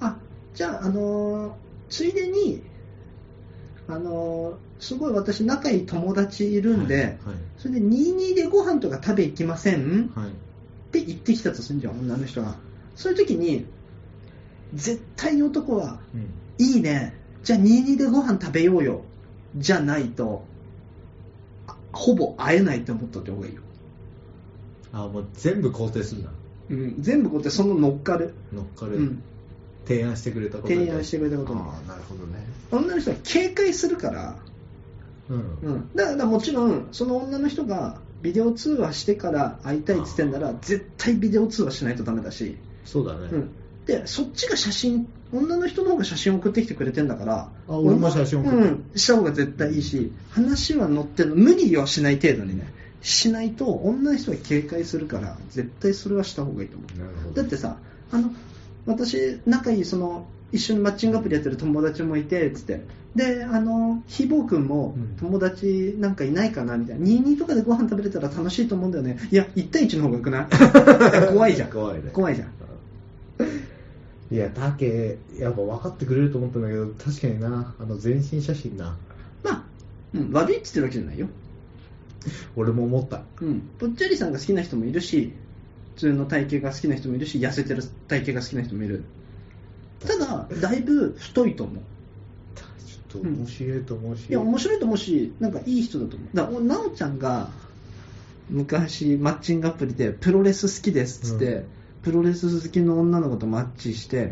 Speaker 1: あじゃあ、あのーついでに、あのーすごい私、仲いい友達いるんで、それで22でご飯とか食べ行きません
Speaker 2: はいはい
Speaker 1: って言ってきたとするじゃん、女の人が。そういう時に、絶対に男は、
Speaker 2: うん
Speaker 1: いいね、じゃあ22でご飯食べようよ、じゃないと、あほぼ会えないって思っといた方がいいよ。
Speaker 2: あもう全部肯定するな
Speaker 1: うん、全部こうやってその乗っかる。
Speaker 2: 乗っかる、
Speaker 1: うん
Speaker 2: 提案してくれたことに
Speaker 1: 提案してくれたことに
Speaker 2: ああなるほどね
Speaker 1: 女の人は警戒するから
Speaker 2: うん
Speaker 1: うん、だからもちろんその女の人がビデオ通話してから会いたいって言ってんなら絶対ビデオ通話しないとダメだし、
Speaker 2: そうだね、
Speaker 1: うん、でそっちが写真女の人の方が写真送ってきてくれてんだから
Speaker 2: あ俺も写真送る、
Speaker 1: うん、した方が絶対いいし話は乗ってんの無理はしない程度にねしないと女の人は警戒するから絶対それはした方がいいと思う
Speaker 2: なるほ
Speaker 1: だ
Speaker 2: ど
Speaker 1: ってさあの私仲いいその一緒にマッチングアプリやってる友達もいてつってであのひぼうくんも
Speaker 2: うん
Speaker 1: 友達なんかいないかなみたいな22とかでご飯食べれたら楽しいと思うんだよねいや1対1の方がよくないい や怖いじゃん
Speaker 2: 怖いね
Speaker 1: 怖いじゃん
Speaker 2: いやタケやっぱ分かってくれると思ったんだけど確かになあの全身写真な
Speaker 1: まあ、うん、悪いって言ってるわけじゃないよ、
Speaker 2: 俺も思った
Speaker 1: うん、ぽっちゃりさんが好きな人もいるし普通の体型が好きな人もいるし痩せてる体型が好きな人もいるただだいぶ太いと思う
Speaker 2: ちょっと面白いと思うし、
Speaker 1: いや、面白いと思うし、なんかいい人だと思う。だから、なおちゃんが、昔、マッチングアプリで、プロレス好きですっつって、
Speaker 2: う
Speaker 1: プロレス好きの女の子とマッチして、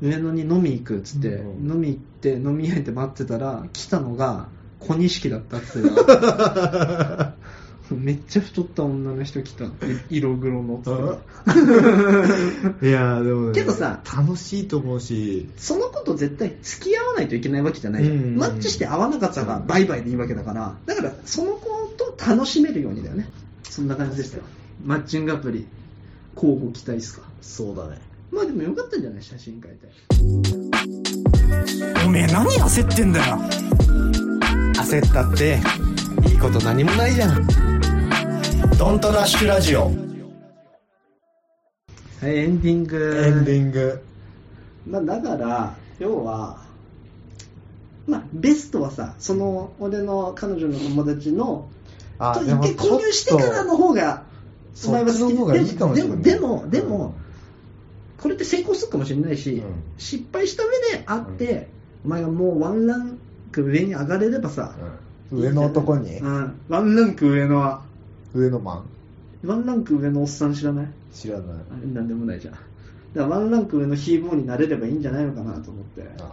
Speaker 2: うん
Speaker 1: 上野に飲み行くっつって、
Speaker 2: うん
Speaker 1: 飲み行って、飲み屋行って待ってたら、来たのが、小錦だったっつって た。めっちゃ太った女の人来た。い色黒のっつってた。
Speaker 2: いやでも、ね、
Speaker 1: けどさ
Speaker 2: 楽しいと思うし
Speaker 1: その子と絶対付き合わないといけないわけじゃないじゃん、
Speaker 2: うんうんうん
Speaker 1: マッチして合わなかったらバイバイでいいわけだからだからその子と楽しめるようにだよねそんな感じでしたよマッチングアプリ候補期待っすか
Speaker 2: そうだね
Speaker 1: まあでもよかったんじゃない写真変えて
Speaker 7: おめえ何焦ってんだよ焦ったっていいこと何もないじゃんドントラッシュラジオ
Speaker 1: はいエンディング
Speaker 2: エンディング
Speaker 1: まあ、だから要はまあベストはさその俺の彼女の友達の
Speaker 2: あ
Speaker 1: と一
Speaker 2: でも
Speaker 1: 回購入してからの方がお前は
Speaker 2: そっち
Speaker 1: 好き
Speaker 2: の方がいいかもしれない
Speaker 1: でもでもでも、これって成功するかもしれないし、
Speaker 2: うん
Speaker 1: 失敗した上であって、お前がもうワンランク上に上がれればさ、
Speaker 2: うん上の男に
Speaker 1: うん、ワンランク上のは
Speaker 2: 上のマン
Speaker 1: ワンランク上のおっさん知らない
Speaker 2: 知らない
Speaker 1: あれなんでもないじゃんだからワンランク上のヒーボーになれればいいんじゃないのかなと思って
Speaker 2: あ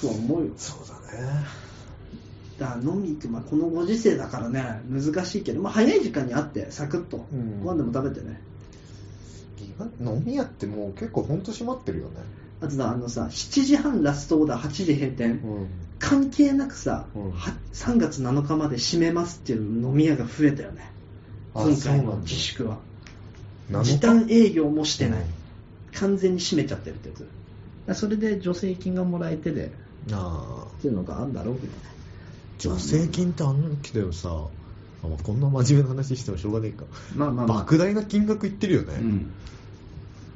Speaker 1: とは思うよ
Speaker 2: そうだね
Speaker 1: だから飲み行く、まあ、このご時世だからね難しいけど、まあ、早い時間に会ってサクッと、
Speaker 2: うん
Speaker 1: ご飯でも食べてね
Speaker 2: 意外飲み屋ってもう結構ほんと閉まってるよね
Speaker 1: あとさあのさ7時半ラストオーダー8時閉店、
Speaker 2: うん
Speaker 1: 関係なくさ、
Speaker 2: うん
Speaker 1: は3月7日まで閉めますっていう飲み屋が増えたよね
Speaker 2: あ
Speaker 1: 今
Speaker 2: そう
Speaker 1: 回
Speaker 2: なんだ
Speaker 1: の自粛は
Speaker 2: 7
Speaker 1: 時短営業もしてない、
Speaker 2: うん
Speaker 1: 完全に閉めちゃってるってやつだからそれで助成金がもらえてでっ
Speaker 2: ああ
Speaker 1: ていうのがあるんだろうけどね
Speaker 2: 助成金ってあんけどさあまあこんな真面目な話してもしょうがねえか
Speaker 1: まあまあまあ
Speaker 2: 莫大な金額いってるよね、
Speaker 1: うん、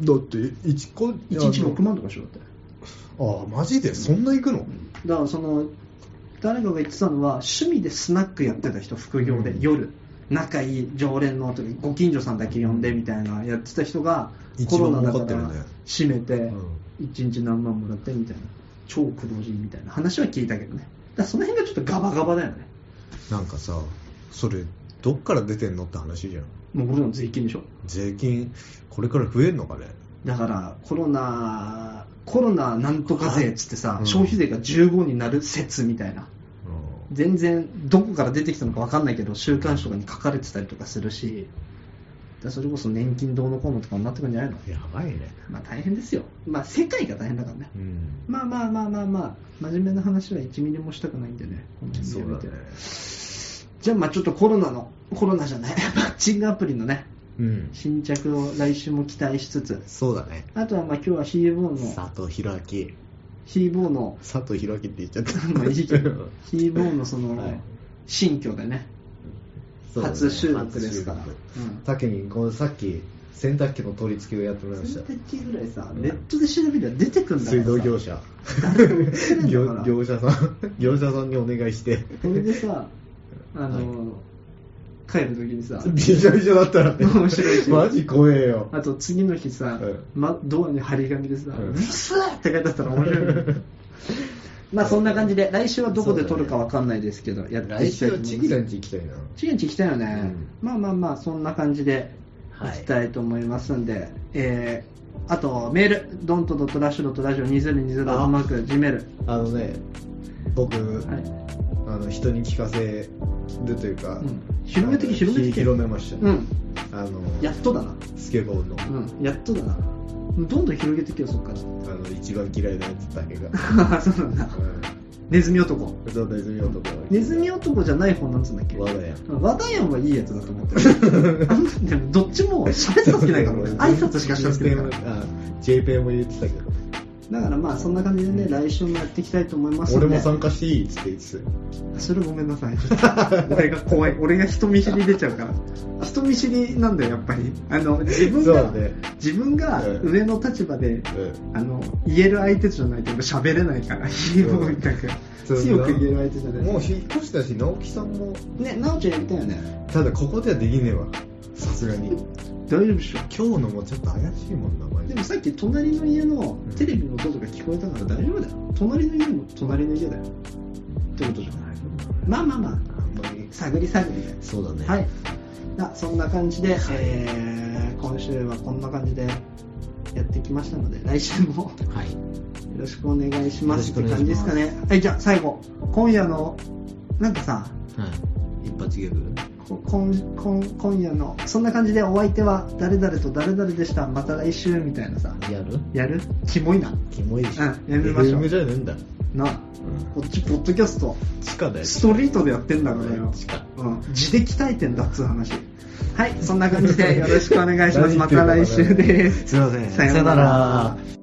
Speaker 2: だって1個
Speaker 1: 1日6万とかしろって
Speaker 2: ああマジでそんないくの、
Speaker 1: だからその誰かが言ってたのは趣味でスナックやってた人副業で、
Speaker 2: うん
Speaker 1: 夜仲いい常連の時ご近所さんだけ呼んでみたいなやってた人が
Speaker 2: 一
Speaker 1: コ
Speaker 2: 番
Speaker 1: ロナだ
Speaker 2: 儲かって
Speaker 1: か
Speaker 2: るね
Speaker 1: ら閉めて
Speaker 2: ん
Speaker 1: 1日何万もらってみたいな超苦労人みたいな話は聞いたけどねだからその辺がちょっとガバガバだよね
Speaker 2: なんかさそれどっから出てんのって話じゃん
Speaker 1: もう俺らの税金でしょ
Speaker 2: 税金これから増えんのかね
Speaker 1: だからコロナコロナなんとか税っつってさ、
Speaker 2: うん
Speaker 1: 消費税が15になる説みたいな
Speaker 2: う
Speaker 1: 全然どこから出てきたのか分かんないけど週刊誌とかに書かれてたりとかするしだからそれこそ年金どうのこうのとかになってくるんじゃないの
Speaker 2: んやばいね
Speaker 1: まあ大変ですよまあ世界が大変だからね
Speaker 2: うん
Speaker 1: まあまあまあまあまあ真面目な話は1ミリもしたくないんでねこの辺でやめてじゃあまあちょっとコロナのコロナじゃないマッチングアプリのね
Speaker 2: うん
Speaker 1: 新着を来週も期待しつつ
Speaker 2: そうだね
Speaker 1: あとはまあ今日はヒーボーの
Speaker 2: 佐藤弘明
Speaker 1: ヒーボーの
Speaker 2: 佐藤弘明って言っちゃ った
Speaker 1: まあいいけどヒーボーのその、
Speaker 2: はい
Speaker 1: 新居でね
Speaker 2: そうだね
Speaker 1: 初収録ですから、
Speaker 2: 初収録
Speaker 1: うん
Speaker 2: たけにこうさっき洗濯機の取り付けをやってもらいまし
Speaker 1: 洗
Speaker 2: た
Speaker 1: 濯機ぐらいさ、ネットで調べりゃ出てくんだか
Speaker 2: 水
Speaker 1: らさ
Speaker 2: 道業者
Speaker 1: 誰でも言ってるんだか
Speaker 2: 業
Speaker 1: ら
Speaker 2: 業者さん業者さんにお願いして
Speaker 1: そ れでさあの、帰る時にさ
Speaker 2: び しゃびしゃだったらね
Speaker 1: 面白いし
Speaker 2: マジ怖え よ
Speaker 1: あと次の日さ、
Speaker 2: うん
Speaker 1: ま、ドアに張り紙でさ「
Speaker 2: うん
Speaker 1: うっすーって書いてあったら面白い よねまあそんな感じで来週はどこで撮るかわかんないですけど、やってい
Speaker 2: 来
Speaker 1: きた
Speaker 2: 週
Speaker 1: いと
Speaker 2: は
Speaker 1: 思
Speaker 2: チ
Speaker 1: い
Speaker 2: キラ
Speaker 1: ま
Speaker 2: ン
Speaker 1: す
Speaker 2: チ行きたいな
Speaker 1: チキンチ来たよね、まあまあまあそんな感じで
Speaker 2: はい
Speaker 1: いきたいと思いますんで、えーあとメール、ドントドットラッシュドットラジオ2020ドットマーク Gmail。
Speaker 2: あのね僕、
Speaker 1: はい。
Speaker 2: あの人に聞かせるというか、
Speaker 1: うん。広めてき、広めてき。
Speaker 2: 広めました、
Speaker 1: うん。
Speaker 2: あの
Speaker 1: やっとだな。
Speaker 2: スケボーの
Speaker 1: うん。やっとだな。どんどん広げてきよ、そっか
Speaker 2: あの一番嫌いなやつだけ が、
Speaker 1: ら。 そうなんだ。ネズミ男。
Speaker 2: うん、そうネズミ男
Speaker 1: ネズミ男じゃない方なんつうんだっけ
Speaker 2: 我が家
Speaker 1: 和田屋はいいやつだと思ってる。あのでもどっちも喋ったつけないから 俺、挨拶しかしたつけないから。
Speaker 2: JP も言ってたけど
Speaker 1: だからまあそんな感じでね、来週もやっていきたいと思いますの
Speaker 2: 俺
Speaker 1: で。
Speaker 2: も 参加していいっつって言ってたよ
Speaker 1: それごめんなさい。ちょっと俺が怖 い。俺が人見知り出ちゃうから。人見知りなんだよ、やっぱり。あの、自分
Speaker 2: そう
Speaker 1: が、
Speaker 2: だね
Speaker 1: 自分が
Speaker 2: うん
Speaker 1: 上の立場で、
Speaker 2: うん
Speaker 1: あの、言える相手じゃないと俺喋れないから、言えよみたいな。
Speaker 2: そう
Speaker 1: 強く言える相手じゃない
Speaker 2: もう引っ越したし直樹さんも
Speaker 1: ね、なおちゃんやりたいよね。
Speaker 2: ただここではできねえわさすがに
Speaker 1: 大丈夫でしょ。
Speaker 2: 今日のもちょっと怪しいもんなマジ
Speaker 1: で
Speaker 2: で
Speaker 1: もさっき隣の家のテレビの音とか聞こえたから大丈夫だよ。隣の家も隣の家だよ。ってことじゃないまあまあまあ、
Speaker 2: あんまり
Speaker 1: 探り探りだよ。
Speaker 2: そうだね
Speaker 1: はい。なそんな感じで、えー今週はこんな感じでやってきましたので、来週もよ
Speaker 2: はい
Speaker 1: ろしくお願いしますっ
Speaker 2: よろしくお願
Speaker 1: て
Speaker 2: い
Speaker 1: 感じですかね。はい、じゃあ最後、今夜の、なんかさ、
Speaker 2: はい、一発ギャグ
Speaker 1: こ今今今夜の、そんな感じでお相手は誰々と誰々でした、また来週みたいなさ、
Speaker 2: やる
Speaker 1: やるキモいな。
Speaker 2: キモいでしょ、
Speaker 1: うんやめましょう
Speaker 2: FM じゃねえんだ、
Speaker 1: なあ、こっちポッドキャスト、
Speaker 2: 地下だよ
Speaker 1: ストリートでやってんだからよ。
Speaker 2: 地下
Speaker 1: うん、自で鍛えてんだっつう話。 はい、そんな感じでよろしくお願いします。また来週です。
Speaker 2: すいません
Speaker 1: さようなら。